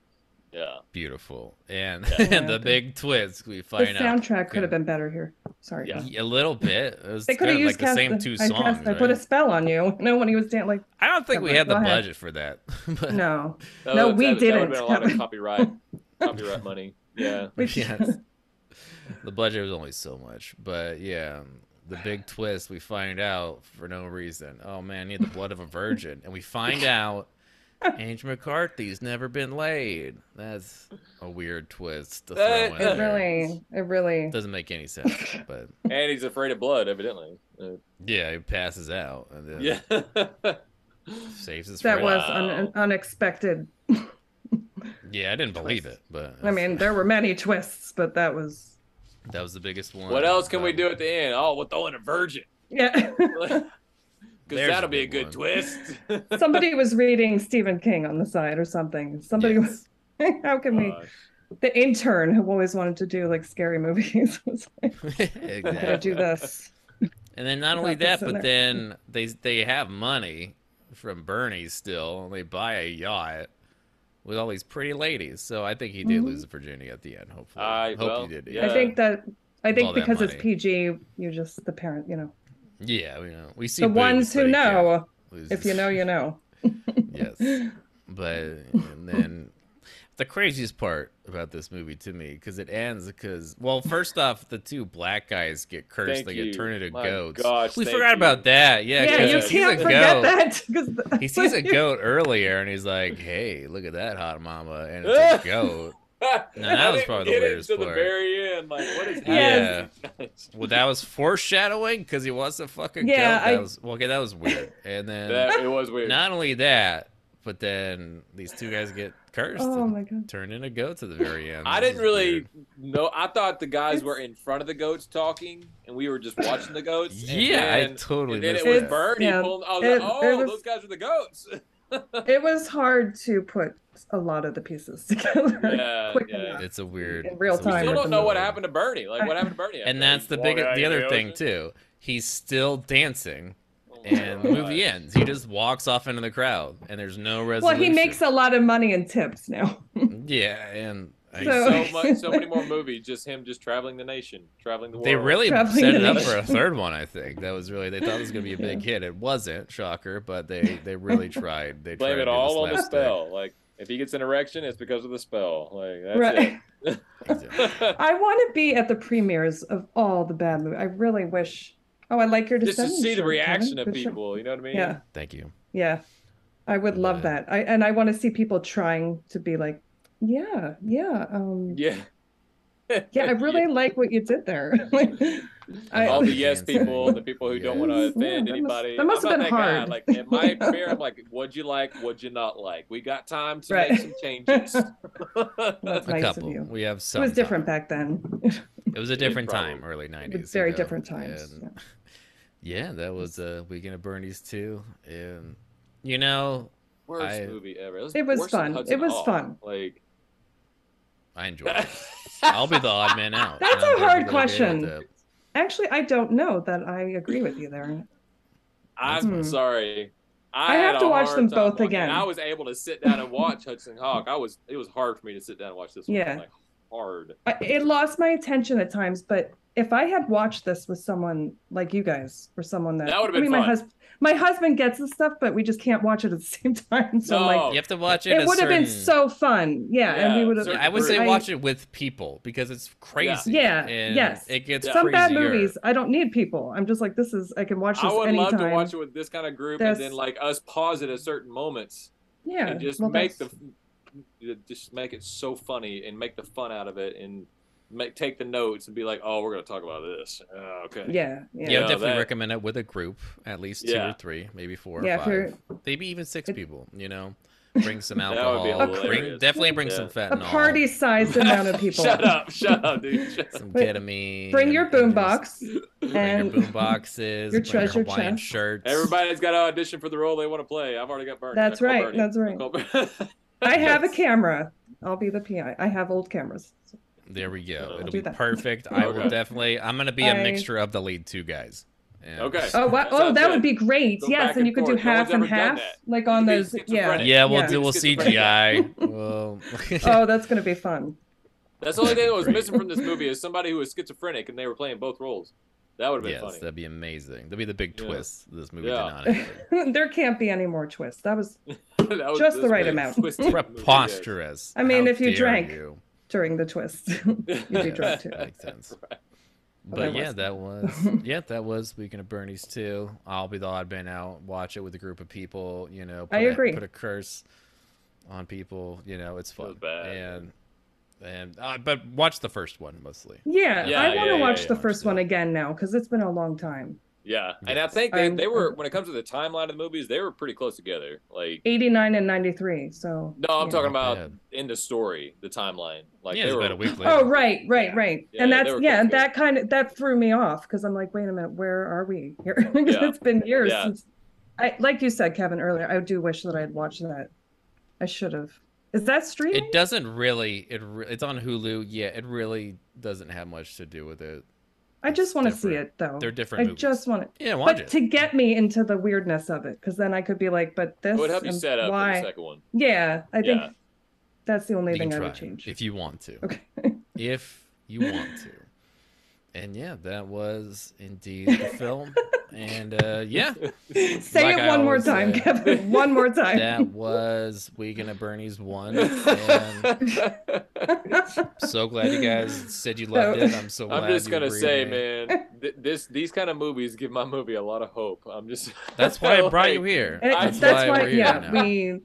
F: Yeah,
D: beautiful, and
E: Yeah.
D: <laughs> the big twist we
E: The
D: find out
E: soundtrack could have been better here. Sorry.
F: Yeah.
D: Y- A little bit. It was
E: They
D: kind
E: could have
D: of
E: used
D: like the same
E: cast-
D: two
E: I
D: songs.
E: cast- I put a
D: right?
E: spell on you. <laughs> You know when he was
D: <laughs>
E: dancing, like
D: I don't think we
E: Go
D: had the
E: ahead.
D: budget for that. <laughs> but
E: no,
F: That
E: No,
F: would've-
E: we
F: that, That would have
E: didn't.
F: been
E: <laughs>
F: a lot of copyright, copyright money. <laughs> Yeah,
E: we
D: Yes. the budget was only so much. But yeah, the big twist we find out for no reason. Oh man, he had the blood of a virgin, and we
E: <laughs>
D: find out Ange McCarthy's never been laid. That's a weird twist. To throw
F: That
D: in
F: is-
E: it
D: there.
E: really, it really.
D: doesn't make any sense. But
F: and he's afraid of blood, evidently. Uh,
D: yeah, he passes out and then
F: yeah, <laughs>
D: saves his
E: That
D: friend.
E: was an, an unexpected.
D: Yeah, I didn't believe
E: twist.
D: it, but
E: I mean, there were many twists, but that was
D: that was the biggest one.
F: what else can we
D: Um,
F: do at the end? Oh, we'll throw in
D: <laughs>
F: a virgin, <laughs>
E: yeah. <laughs>
F: because
D: There's a
F: that'll be a
D: good
F: good
D: one.
F: twist. <laughs>
E: Somebody was reading Stephen King on the side or something. Somebody
D: Yes.
E: was. <laughs> How can we?
F: Gosh.
E: The intern who always wanted to do like scary movies <laughs> was like, "I'm
D: <laughs>
E: gonna
D: exactly. <laughs>
E: do this."
D: And then not only
E: Got this
D: that,
E: in
D: but
E: there.
D: then they they have money from Bernie still, and they buy a yacht with all these pretty ladies. So I think he did
E: Mhm.
D: lose virginity at the end. Hopefully,
F: I-
D: hope
F: well,
D: he did.
E: I
F: Yeah.
E: think that. I think
D: Uh, All that
E: because it's
D: money.
E: PG, you just the parent, you know,
D: yeah. We know we see
E: the
D: boobs,
E: ones
D: but
E: who
D: he can't
E: know.
D: lose
E: If
D: his-
E: you know, you know.
D: <laughs> yes. But and then the craziest part about this movie to me because it ends because well first off the two black guys get cursed
F: Thank
D: they
F: you.
D: get turned into
F: My
D: goats
F: gosh,
D: we
F: thank
D: forgot
F: you.
D: about that yeah
E: Yeah,
D: 'cause
E: you
D: he sees
E: can't
D: a
E: forget
D: goat.
E: that because <laughs>
D: He sees a goat earlier and he's like, "Hey, look at that hot mama!" And
E: <laughs>
D: it's a goat.
F: And
D: that was probably the
F: get
D: weirdest
F: into the
D: part.
F: very end. Like, what is
D: Yeah.
F: happening?
D: Well, that was foreshadowing because he wants to fucking
E: Yeah,
D: goat. That
E: I-
D: was well, okay. That was weird. And then
F: that, it was weird.
D: not only that, but then these two guys get cursed
E: Oh
D: and
E: my god.
D: turned into goats at the very end.
F: I
D: This
F: didn't
D: is
F: really
D: weird.
F: know. I thought the guys were in front of the goats talking, and we were just watching the goats. and
D: Yeah, I
F: then-
D: totally
F: And then
D: missed
F: it was
D: that.
F: Bernie
E: Yeah.
F: pulling. I was
E: It-
F: like,
E: it
F: oh,
E: was-
F: those guys are the goats.
E: It was hard to put a lot of the pieces <laughs> together.
F: Yeah,
E: quick
F: yeah.
E: enough.
D: It's a weird.
E: In real
D: it's a
E: time.
F: I
D: weird
F: still don't know what
D: movie.
F: happened to Bernie. Like, what happened to Bernie?
D: And that's the big, the other thing too. He's still
E: <laughs>
D: dancing, and
F: Oh
D: the movie ends. He just walks off into the crowd, and there's no
E: Well,
D: resolution.
E: he makes a lot of money in
D: <laughs>
E: tips now.
D: Yeah, and I
E: So-
F: So much, so many more movies. Just him, just traveling the nation, traveling the world.
D: They really
E: Traveling
D: set
E: the
D: it
E: <laughs>
D: up
E: nation.
D: for a third one, I think. That was really they thought it was gonna be a big hit. It wasn't, shocker, but they they
E: <laughs>
D: really tried. They
F: blame
D: tried to
F: it
D: do
F: all on the
D: slapstick.
F: spell. Like, if he gets an erection, it's because of the spell. Like, that's
E: Right.
F: it.
E: <laughs>
D: Exactly.
E: I want to be at the premieres of all the bad movies. I really wish. Oh, I like your
F: just to
E: Descendants
F: see
E: shirt,
F: the
E: Kevin.
F: reaction of
E: Good shirt. <laughs>
F: people. You know what I mean?
E: Yeah,
D: Thank you.
E: yeah. I would love
D: Right.
E: that. I and I want to see people trying to be like, yeah, yeah, um,
F: Yeah.
E: yeah. I really like what you did there. <laughs> Like, I-
F: all the
D: Yeah.
F: yes people, the people who don't want to
E: Yeah, that
F: offend
E: must-
F: anybody.
E: that must
F: I'm
E: have
F: not
E: been
F: that guy.
E: hard.
F: Like in my premiere,
E: <laughs>
F: I'm like, what'd you like? What'd you not like? We got time to
E: Right.
F: make some
E: <laughs> <laughs>
F: changes. <laughs>
E: That's
D: a
E: nice of
D: couple.
E: you.
D: We have
E: it
D: some.
E: was different
D: time.
E: back then. <laughs>
D: It was a different time,
F: probably.
D: early nineties.
E: It's very different times.
D: And yeah, that was a weekend of Bernie's too, and you know
F: Worst
D: I-
F: movie ever. It was,
E: It was
F: worse than
E: fun. It
F: Hudson
E: was
F: Hawk.
E: fun.
F: Like
D: <laughs> I enjoyed
E: <laughs>
D: it. I'll be the odd man out.
E: That's
D: I don't
E: a hard
D: think anybody
E: question.
D: did that.
E: Actually, I don't know that I agree with you there.
F: I'm
E: Hmm.
F: sorry.
E: I
F: had
E: have
F: a
E: to watch
F: hard
E: them
F: time
E: both
F: watching it.
E: again.
F: I was able to sit down and watch Hudson Hawk. I was. It was hard for me to sit down and watch this.
E: Yeah.
F: one. like hard.
E: I, it lost my attention at times, but if I had watched this with someone like you guys or someone that,
F: That would've
E: I
F: been
E: mean, my
F: fun.
E: husband, my husband gets the stuff, but we just can't watch it at the <laughs> same time. So I'm like,
F: No.
D: You have to watch it.
E: Oh. it
D: a
E: would have been
D: certain-
E: so fun. Yeah, and we
F: Yeah,
E: would have.
F: certain
D: I would say
F: I-
D: watch it with people because it's crazy.
E: Yeah,
D: and
E: yes.
D: It gets
F: Yeah.
E: some bad
D: crazier.
E: movies. I don't need people. I'm just like, this is. I can watch this
F: I would
E: anytime.
F: love to watch it with this kind of group,
E: There's-
F: and then like us pause it at certain moments.
E: yeah,
F: and just
E: well,
F: make the
E: that's-
F: just make it so funny and make the fun out of it and make take the notes and be like oh we're gonna talk about this uh, okay
E: Yeah,
D: Yeah,
E: yeah,
D: I would
F: No,
D: definitely
F: that-
D: recommend it with a group, at least two
F: Yeah.
D: or three, maybe four or
E: Yeah, if you're-
D: five, maybe even six
E: It-
D: people. You
E: <laughs>
D: know, bring some
F: would be
D: alcohol. Bring
F: hilarious.
D: definitely bring some
F: Yeah.
E: a
D: fentanyl.
F: <laughs>
E: party-sized amount of people.
F: shut up shut up dude
E: <laughs>
F: shut up.
D: Some
E: Wait,
D: ketamine.
E: Bring
D: and-
E: your
D: and just
E: boombox
D: Bring your
E: and <laughs>
D: boom boxes.
E: your
D: bring
E: treasure
D: Hawaiian
E: chest.
D: shirts.
F: everybody's got to audition for the role they want to play i've already got burned
E: That's right, that's right.
F: <laughs>
E: I have a camera. I'll be the PI. I have old cameras.
D: There we go.
F: I'll
D: It'll
E: do
D: be
E: that.
D: perfect. I will
F: Okay.
D: definitely. I'm gonna be a
E: I-
D: mixture of the lead two guys. And-
F: Okay.
E: Oh, wow.
F: That
E: oh,
F: sounds
E: that
F: good.
E: would be great.
F: Go
E: yes,
F: back
E: and
F: and
E: you could do
F: forth. No one's
E: half and
F: ever done
E: half,
F: that.
E: like
F: You
E: on
F: could be
E: those. Yeah.
F: schizophrenic.
D: Yeah, we'll
E: Yeah.
D: do. We'll CGI.
E: <laughs>
D: well, <laughs>
E: Oh, that's gonna be fun. <laughs>
F: that's the only thing that was
D: Great.
F: missing from this movie is somebody who was schizophrenic and they were playing both roles that would have been
D: yes,
F: funny
D: that'd be amazing. That'd be the big
F: Yeah.
D: twist. This movie
F: Yeah.
D: did not. Have.
E: there can't be any more twists. That was
F: <laughs> That was-
E: Just the
F: this
E: right
F: was a
E: amount.
F: twisted movie, yes. <laughs>
D: Preposterous.
E: I mean,
D: How
E: if you
D: dare
E: drank.
D: you.
E: during the twist. <laughs> You'd be
D: Yeah, <laughs>
E: drunk too.
D: that makes
F: <laughs>
D: sense.
E: that
D: But yeah,
E: was-
D: that was
E: <laughs>
D: yeah, that was Weekend of Bernie's too. I'll be the odd man out. Watch it with a group of people. You know, put
E: I
D: a-
E: agree.
D: put a curse on people. You know, it's fun.
F: Feels bad.
D: And and uh, but watch the first one mostly.
E: Yeah,
F: Yeah,
E: I want to
F: yeah, yeah,
E: watch
F: yeah.
E: the first one again now because it's been a long time.
F: Yeah, and I think they,
E: I'm-
F: they were when it comes to the timeline of the movies, they were pretty close together. Like,
E: 89 and 93. So.
F: no, I'm
E: yeah.
F: talking
D: Not
F: about in the story, the timeline. Like,
D: Oh, yeah,
F: they
D: it's
F: were
D: about a
E: <laughs>
D: week later.
E: Oh right, right,
F: Yeah.
E: right,
F: Yeah,
E: and
F: they
E: that's
F: were
E: yeah, and
F: close.
E: that kind of that threw me off because I'm like, wait a minute, where are we here? <laughs> 'Cause
F: Yeah.
E: It's been years
F: Yeah.
E: since, I like you said, Kevin earlier. I do wish that I had watched that. I should have. Is that streaming?
D: It doesn't really. It re- it's on Hulu. Yeah, it really doesn't have much to do with it.
E: I just want to see
D: different.
E: it though.
D: They're different
E: I
D: movies.
E: just want it,
D: Yeah, watch
E: but
D: it.
E: to get me into the weirdness of it, because then I could be like, but this
F: it would help you
E: and
F: set up
E: why?
F: for the
E: <laughs>
F: second one. <laughs>
E: Yeah, I think
F: Yeah.
E: that's the only
D: you can
E: thing I
D: try
E: would change.
D: if you want to.
E: Okay.
D: if you want to. And yeah, that was indeed the film. And uh, yeah,
E: <laughs> Say
D: Like
E: it
D: I
E: one more
D: always
E: time,
D: say.
E: Kevin. One
F: <laughs>
E: more time.
D: that was Weekend at Bernie's one. And so glad you guys
E: <laughs>
D: said you loved it. I'm so glad.
F: I'm just
D: you
F: gonna
D: agreed,
F: say, man, th- this these kind of movies give my movie a lot of hope. I'm just
D: That's why I brought
F: <laughs> like,
D: you here.
E: And it-
F: I-
E: that's
F: that's
E: why,
D: we're here
E: yeah,
D: now.
E: we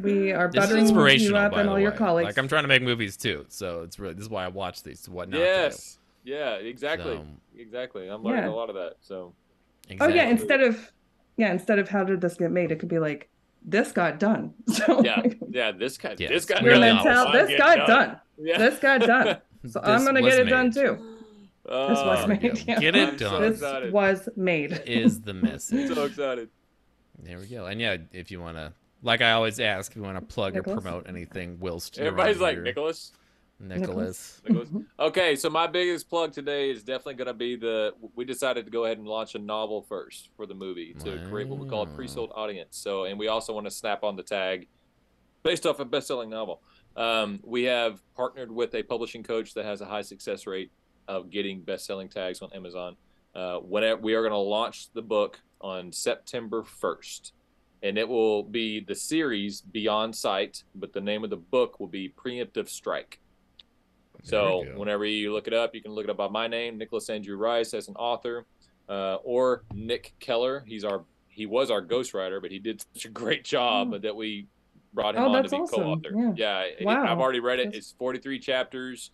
E: we are
D: This is
E: buttering you
D: inspirational,
E: up
D: by
E: and
D: the
E: all
D: way.
E: your colleagues.
D: Like I'm trying to make movies too, so it's really this is why I watch these.
F: <laughs>
D: What not? to do.
F: Yes, yeah, exactly,
D: So-
F: exactly. I'm learning
E: Yeah.
F: a lot of that. So
E: Oh
D: Exactly.
E: yeah, instead of yeah, instead of how did this get made, it could be like this got done. <laughs> So
F: yeah, yeah, this guy,
D: Yes,
F: this guy,
D: we're
E: your
D: really
E: mental,
D: awesome.
E: Oh this got done.
F: Yeah.
E: This got done. So I'm
D: This
E: gonna
D: was
E: get it done
D: made.
E: too.
F: Uh,
E: This was
D: There we
E: made.
D: go.
E: yeah.
D: Get
F: I'm
D: it
F: so
D: done.
E: This
F: excited.
E: was
D: <laughs>
E: made.
D: is the message.
F: <laughs> so excited.
D: There we go. And yeah, if you want to, like I always ask, if you want to plug or
E: Nicholas?
D: promote anything, whilst you're
F: Everybody's
D: on
F: like
D: here.
F: Nicholas.
D: Nicholas.
E: <laughs>
F: Nicholas. Okay, so my biggest plug today is definitely going to be the. We decided to go ahead and launch a novel first for the movie to create what we call a
D: Wow.
F: pre-sold audience. So, and we also want to snap on the tag, based off a best-selling novel. Um, we have partnered with a publishing coach that has a high success rate of getting best-selling tags on Amazon. Uh, whenever we are going to launch the book on September first, and it will be the series Beyond Sight, but the name of the book will be Preemptive Strike. So
D: There we go.
F: whenever you look it up, you can look it up by my name, Nicholas Andrew Rice, as an author, uh, or Nick Keller. He's our he was our ghostwriter, but he did such a great job that we brought him
E: Oh,
F: on to
E: that's
F: be
E: awesome.
F: co-author.
E: Yeah.
F: Yeah, it-
E: Wow.
F: I've already read it.
E: That's- Hmm.
F: It's 43 chapters,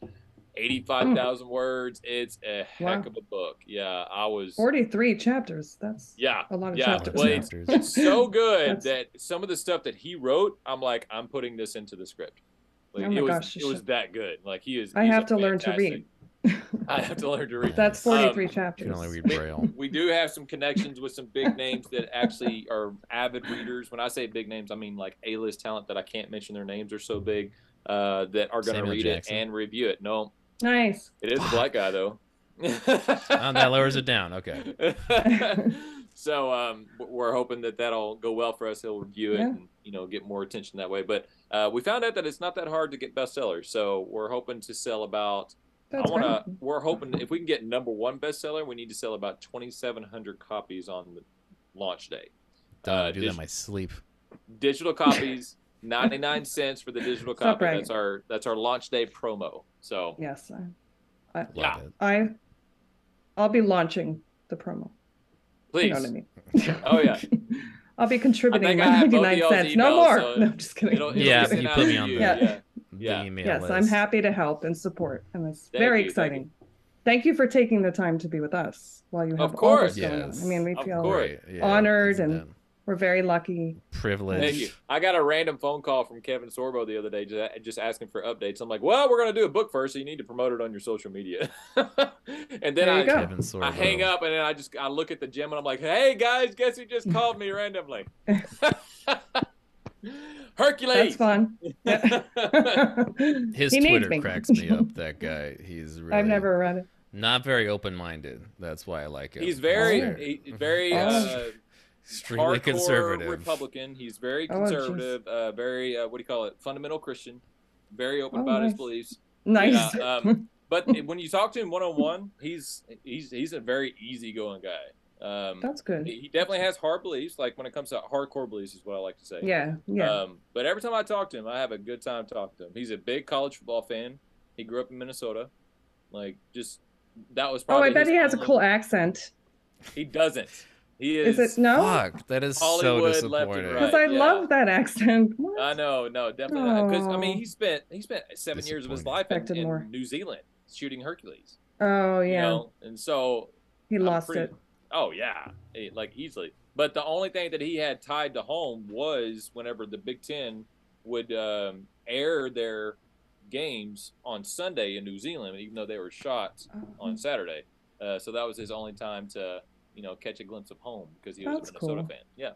F: 85,000 words. It's a heck
E: Wow.
F: of a book. Yeah, I was.
E: 43 chapters. That's <laughs>
F: yeah,
E: a lot of
F: yeah,
E: chapters. <laughs>
F: well, it's- <laughs>
D: Chapters.
F: it's so good that
E: That's-
F: some of the stuff that he wrote, I'm like, I'm putting this into the script. Like,
E: Oh my
F: it was,
E: gosh, you
F: it was
E: should.
F: that good. Like he is.
E: I
F: he's a
E: have to learn to
F: fantastic-
E: read.
F: I have to learn to read.
E: <laughs> That's 43
F: Um,
D: You
E: chapters.
D: can only Uh, read braille.
F: We do have some connections with some big names that actually are avid readers. When I say big names, I mean like A-list talent that I can't mention their names are so big uh, that are
D: Mm-hmm.
F: going to
D: Samuel
F: read
D: Jackson.
F: it and review it. No,
E: Nice.
F: it is a black guy though.
D: Oh, that lowers it down. Okay.
F: so um, w- we're hoping that that'll go well for us. He'll review it
E: Yeah.
F: and you know get more attention that way. But uh, we found out that it's not that hard to get bestsellers. So we're hoping to sell about
E: That's
F: I want
E: right.
F: to. We're hoping if we can get number one bestseller, we need to sell about twenty seven hundred copies on the launch day.
D: Done.
F: <laughs> Uh,
D: I do that
F: did-
D: in my sleep.
F: Digital copies, <laughs> ninety nine cents for the digital
E: <laughs> Stop
F: copy.
E: bragging.
F: That's our that's our launch day promo. So
E: Yes.
D: Love
F: Yeah.
D: it.
E: I, I, I'll be launching the promo.
F: please,
E: You know what I mean?
F: <laughs> oh yeah,
E: <laughs> I'll be contributing
F: think I
E: my
F: have both
E: 99
F: y'all's
E: cents. no
F: emails,
E: more.
F: so
E: no, I'm just kidding.
F: it'll, it'll
D: Yeah,
F: be sent
D: you
F: out
D: put
F: to
D: me on
F: you,
D: the-
F: yeah.
D: The
F: Yeah.
D: email
E: yes,
D: list.
E: I'm happy to help and support. And it's
F: Thank
E: very
F: you, thank
E: exciting.
F: you.
E: Thank you. for taking the time to be with us while you have
F: Of
E: all this
F: course.
E: going
D: Yes.
E: on. I mean, we
F: Of
E: feel
F: course.
D: Great. Yeah,
E: Honored
D: isn't
E: and-
D: that
E: we're very lucky.
D: privileged.
F: Thank you. I got a random phone call from Kevin Sorbo the other day, just, just asking for updates. I'm like, well, we're gonna do a book first, so you need to promote it on your social media. <laughs> and then
E: There you
F: I
E: go.
D: Kevin Sorbo.
F: I hang up and then I just I look at the gym and I'm like, hey guys, guess who just called
E: <laughs>
F: me randomly? <laughs>
E: That's
F: Hercules. <laughs>
E: fun. <laughs>
D: His
E: He needs
D: Twitter
E: me.
D: cracks me up. That guy. He's really.
E: <laughs> I've never read it.
D: Not very open-minded. That's why I like him.
F: He's very
E: Oh.
F: he-
D: <laughs>
F: very
E: Oh.
F: uh,
D: extremely
F: hardcore
D: conservative.
F: Republican. He's very
E: Oh, jeez.
F: conservative. uh, very uh, what do you call it? Fundamental Christian. Very open
E: Oh,
F: about his
E: nice.
F: beliefs.
E: Nice.
F: Yeah,
E: <laughs>
F: um, but when you talk to him one on one, he's he's he's a very easygoing guy. Um,
E: That's good.
F: he he definitely has hard beliefs. Like when it comes to hardcore beliefs, is what I like to say.
E: Yeah. Yeah.
F: Um, but every time I talk to him, I have a good time talking to him. He's a big college football fan. He grew up in Minnesota. Like, just that was
E: oh,
F: probably.
E: I bet
F: his
E: he has a
F: only-
E: cool accent.
F: He doesn't. He is.
E: Is, it no?
D: Fuck, that is so
F: Hollywood left and
D: disappointing.
F: right.
E: Because I
F: yeah.
E: love that accent. What?
F: I know, no, definitely not. Because I mean,
E: Aw.
F: he spent he spent seven years of his
D: Disappointing.
F: life in,
E: Expected
F: in
E: more.
F: New Zealand shooting Hercules.
E: Oh
F: You
E: yeah,
F: know? and so
E: he
F: I'm
E: lost
F: pretty-
E: it.
F: Oh yeah, Eh, like easily. But the only thing that he had tied to home was whenever the Big Ten would um, air their games on Sunday in New Zealand, even though they were shot
E: Oh,
F: on Saturday. Uh, so that was his only time to, you know, catch a glimpse of home because he was
E: That's
F: a Minnesota
E: cool.
F: fan. Yeah.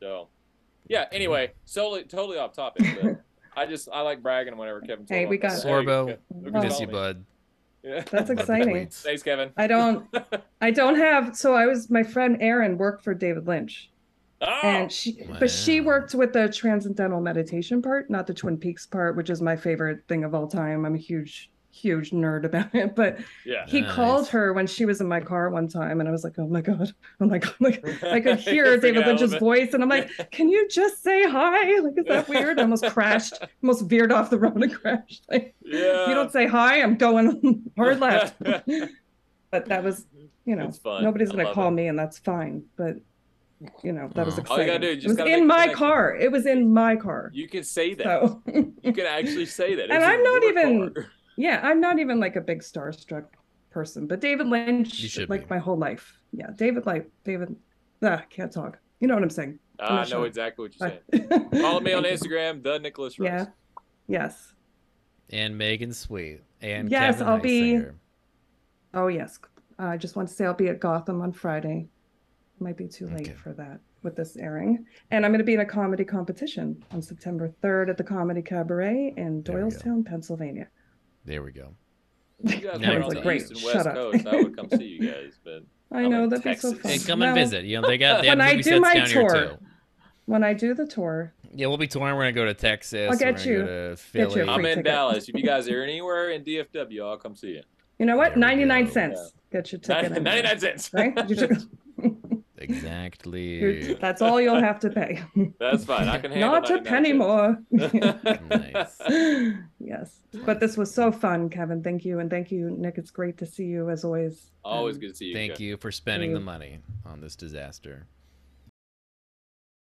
F: So, yeah. Anyway, totally totally off topic.
E: <laughs>
F: But I just I like bragging whenever Kevin.
E: Hey,
F: Sorbo-
E: we got-
D: Sorbo,
F: Ke-
E: we
F: look
E: Wow.
F: at
D: Miss you,
F: Solomon.
D: bud.
F: Yeah.
E: That's
D: Love the
E: exciting.
D: tweets.
F: Thanks, Kevin.
E: I don't. I don't have. So I was my friend Erin worked for David Lynch,
F: Oh,
E: and she, but she
D: Wow.
E: worked with the transcendental meditation part, not the Twin Peaks part, which is my favorite thing of all time. I'm a huge, huge nerd about it. But
F: Oh, yeah.
E: he
D: Nice.
E: called her when she was in my car one time, and I was like, "Oh my god, oh my god!" <laughs> Like I
F: <laughs>
E: could hear
F: You're freaking
E: David
F: out a
E: Lynch's
F: little bit.
E: voice, and I'm like, "Can you just say hi?" Like, is that weird? I almost crashed, almost veered off the road and crashed. Like,
F: Yeah.
E: if you don't say hi, I'm going <laughs> hard left. but that was, you know,
F: It's fun.
E: nobody's
F: I
E: gonna
F: love
E: call
F: it.
E: me, and that's fine. But you know, that was
D: All you
E: exciting.
F: gotta do is
E: it
F: just
E: was
F: gotta
E: in
F: make
E: my
F: connections.
E: car. It was in my car.
F: <laughs> You can say that.
E: So <laughs>
F: You can actually say that.
E: And
F: It's
E: I'm not
F: your
E: even-
F: car.
E: yeah, I'm not even like a big starstruck person, but David
D: You
E: Lynch,
D: should
E: like
D: be.
E: my whole life. Yeah, David, like David, ah, can't talk. You know what I'm saying? I'm
F: <laughs> I
E: not
F: know
E: sure.
F: exactly what you're
E: Bye.
F: saying.
E: <laughs>
F: Follow me on Instagram, the Nicholas Rice.
E: Yeah. Yes.
D: and Megan Sweet, and
E: Yes,
D: Kevin
E: I'll be-
D: Heisinger.
E: Oh yes. I just want to say I'll be at Gotham on Friday. Might be too late
D: Okay.
E: for that with this airing. And I'm going to be in a comedy competition on September 3rd at the Comedy Cabaret in
D: There we go.
E: Doylestown, Pennsylvania.
D: there we go.
F: If You guys
D: Now
F: were
D: you're
F: on the
D: talking.
F: East and
E: Great.
F: West
E: Shut up.
F: Coast. I would come see you guys, but
E: <laughs> I
F: I'm
E: know
F: in
E: that'd be so
F: Texas.
E: fun.
D: Hey, come
E: Well,
D: and visit. You know they
E: <laughs>
D: got they
E: When
D: have
E: I
D: movie
E: do
D: sets
E: my
D: down here
E: tour,
D: too.
E: When I do the tour,
D: Yeah, we'll be touring. We're gonna go to Texas.
E: I'll get
D: we're gonna
E: you.
D: Go to
E: you a
D: Philly.
E: free
F: I'm in
E: ticket.
F: Dallas. If you guys are anywhere in DFW, I'll come see you.
E: you know
D: There
E: what?
D: we
E: 99
D: go.
F: <laughs>
E: cents. Get your ticket.
F: Ninety-
D: <laughs>
E: in.
F: <laughs> 99 cents.
E: Right? You took-
D: Exactly.
E: You're- That's all you'll have to pay. <laughs>
F: That's fine. I can handle
E: Not a
F: 99
E: penny
F: cents.
D: <laughs>
E: more. <laughs>
D: nice.
E: yes. But this was so fun, Kevin. Thank you. And thank you, Nick. It's great to see you as always.
F: Always
E: Um,
F: good to see you.
D: Thank
F: Kev.
D: you for spending the
E: Mm.
D: money on this disaster.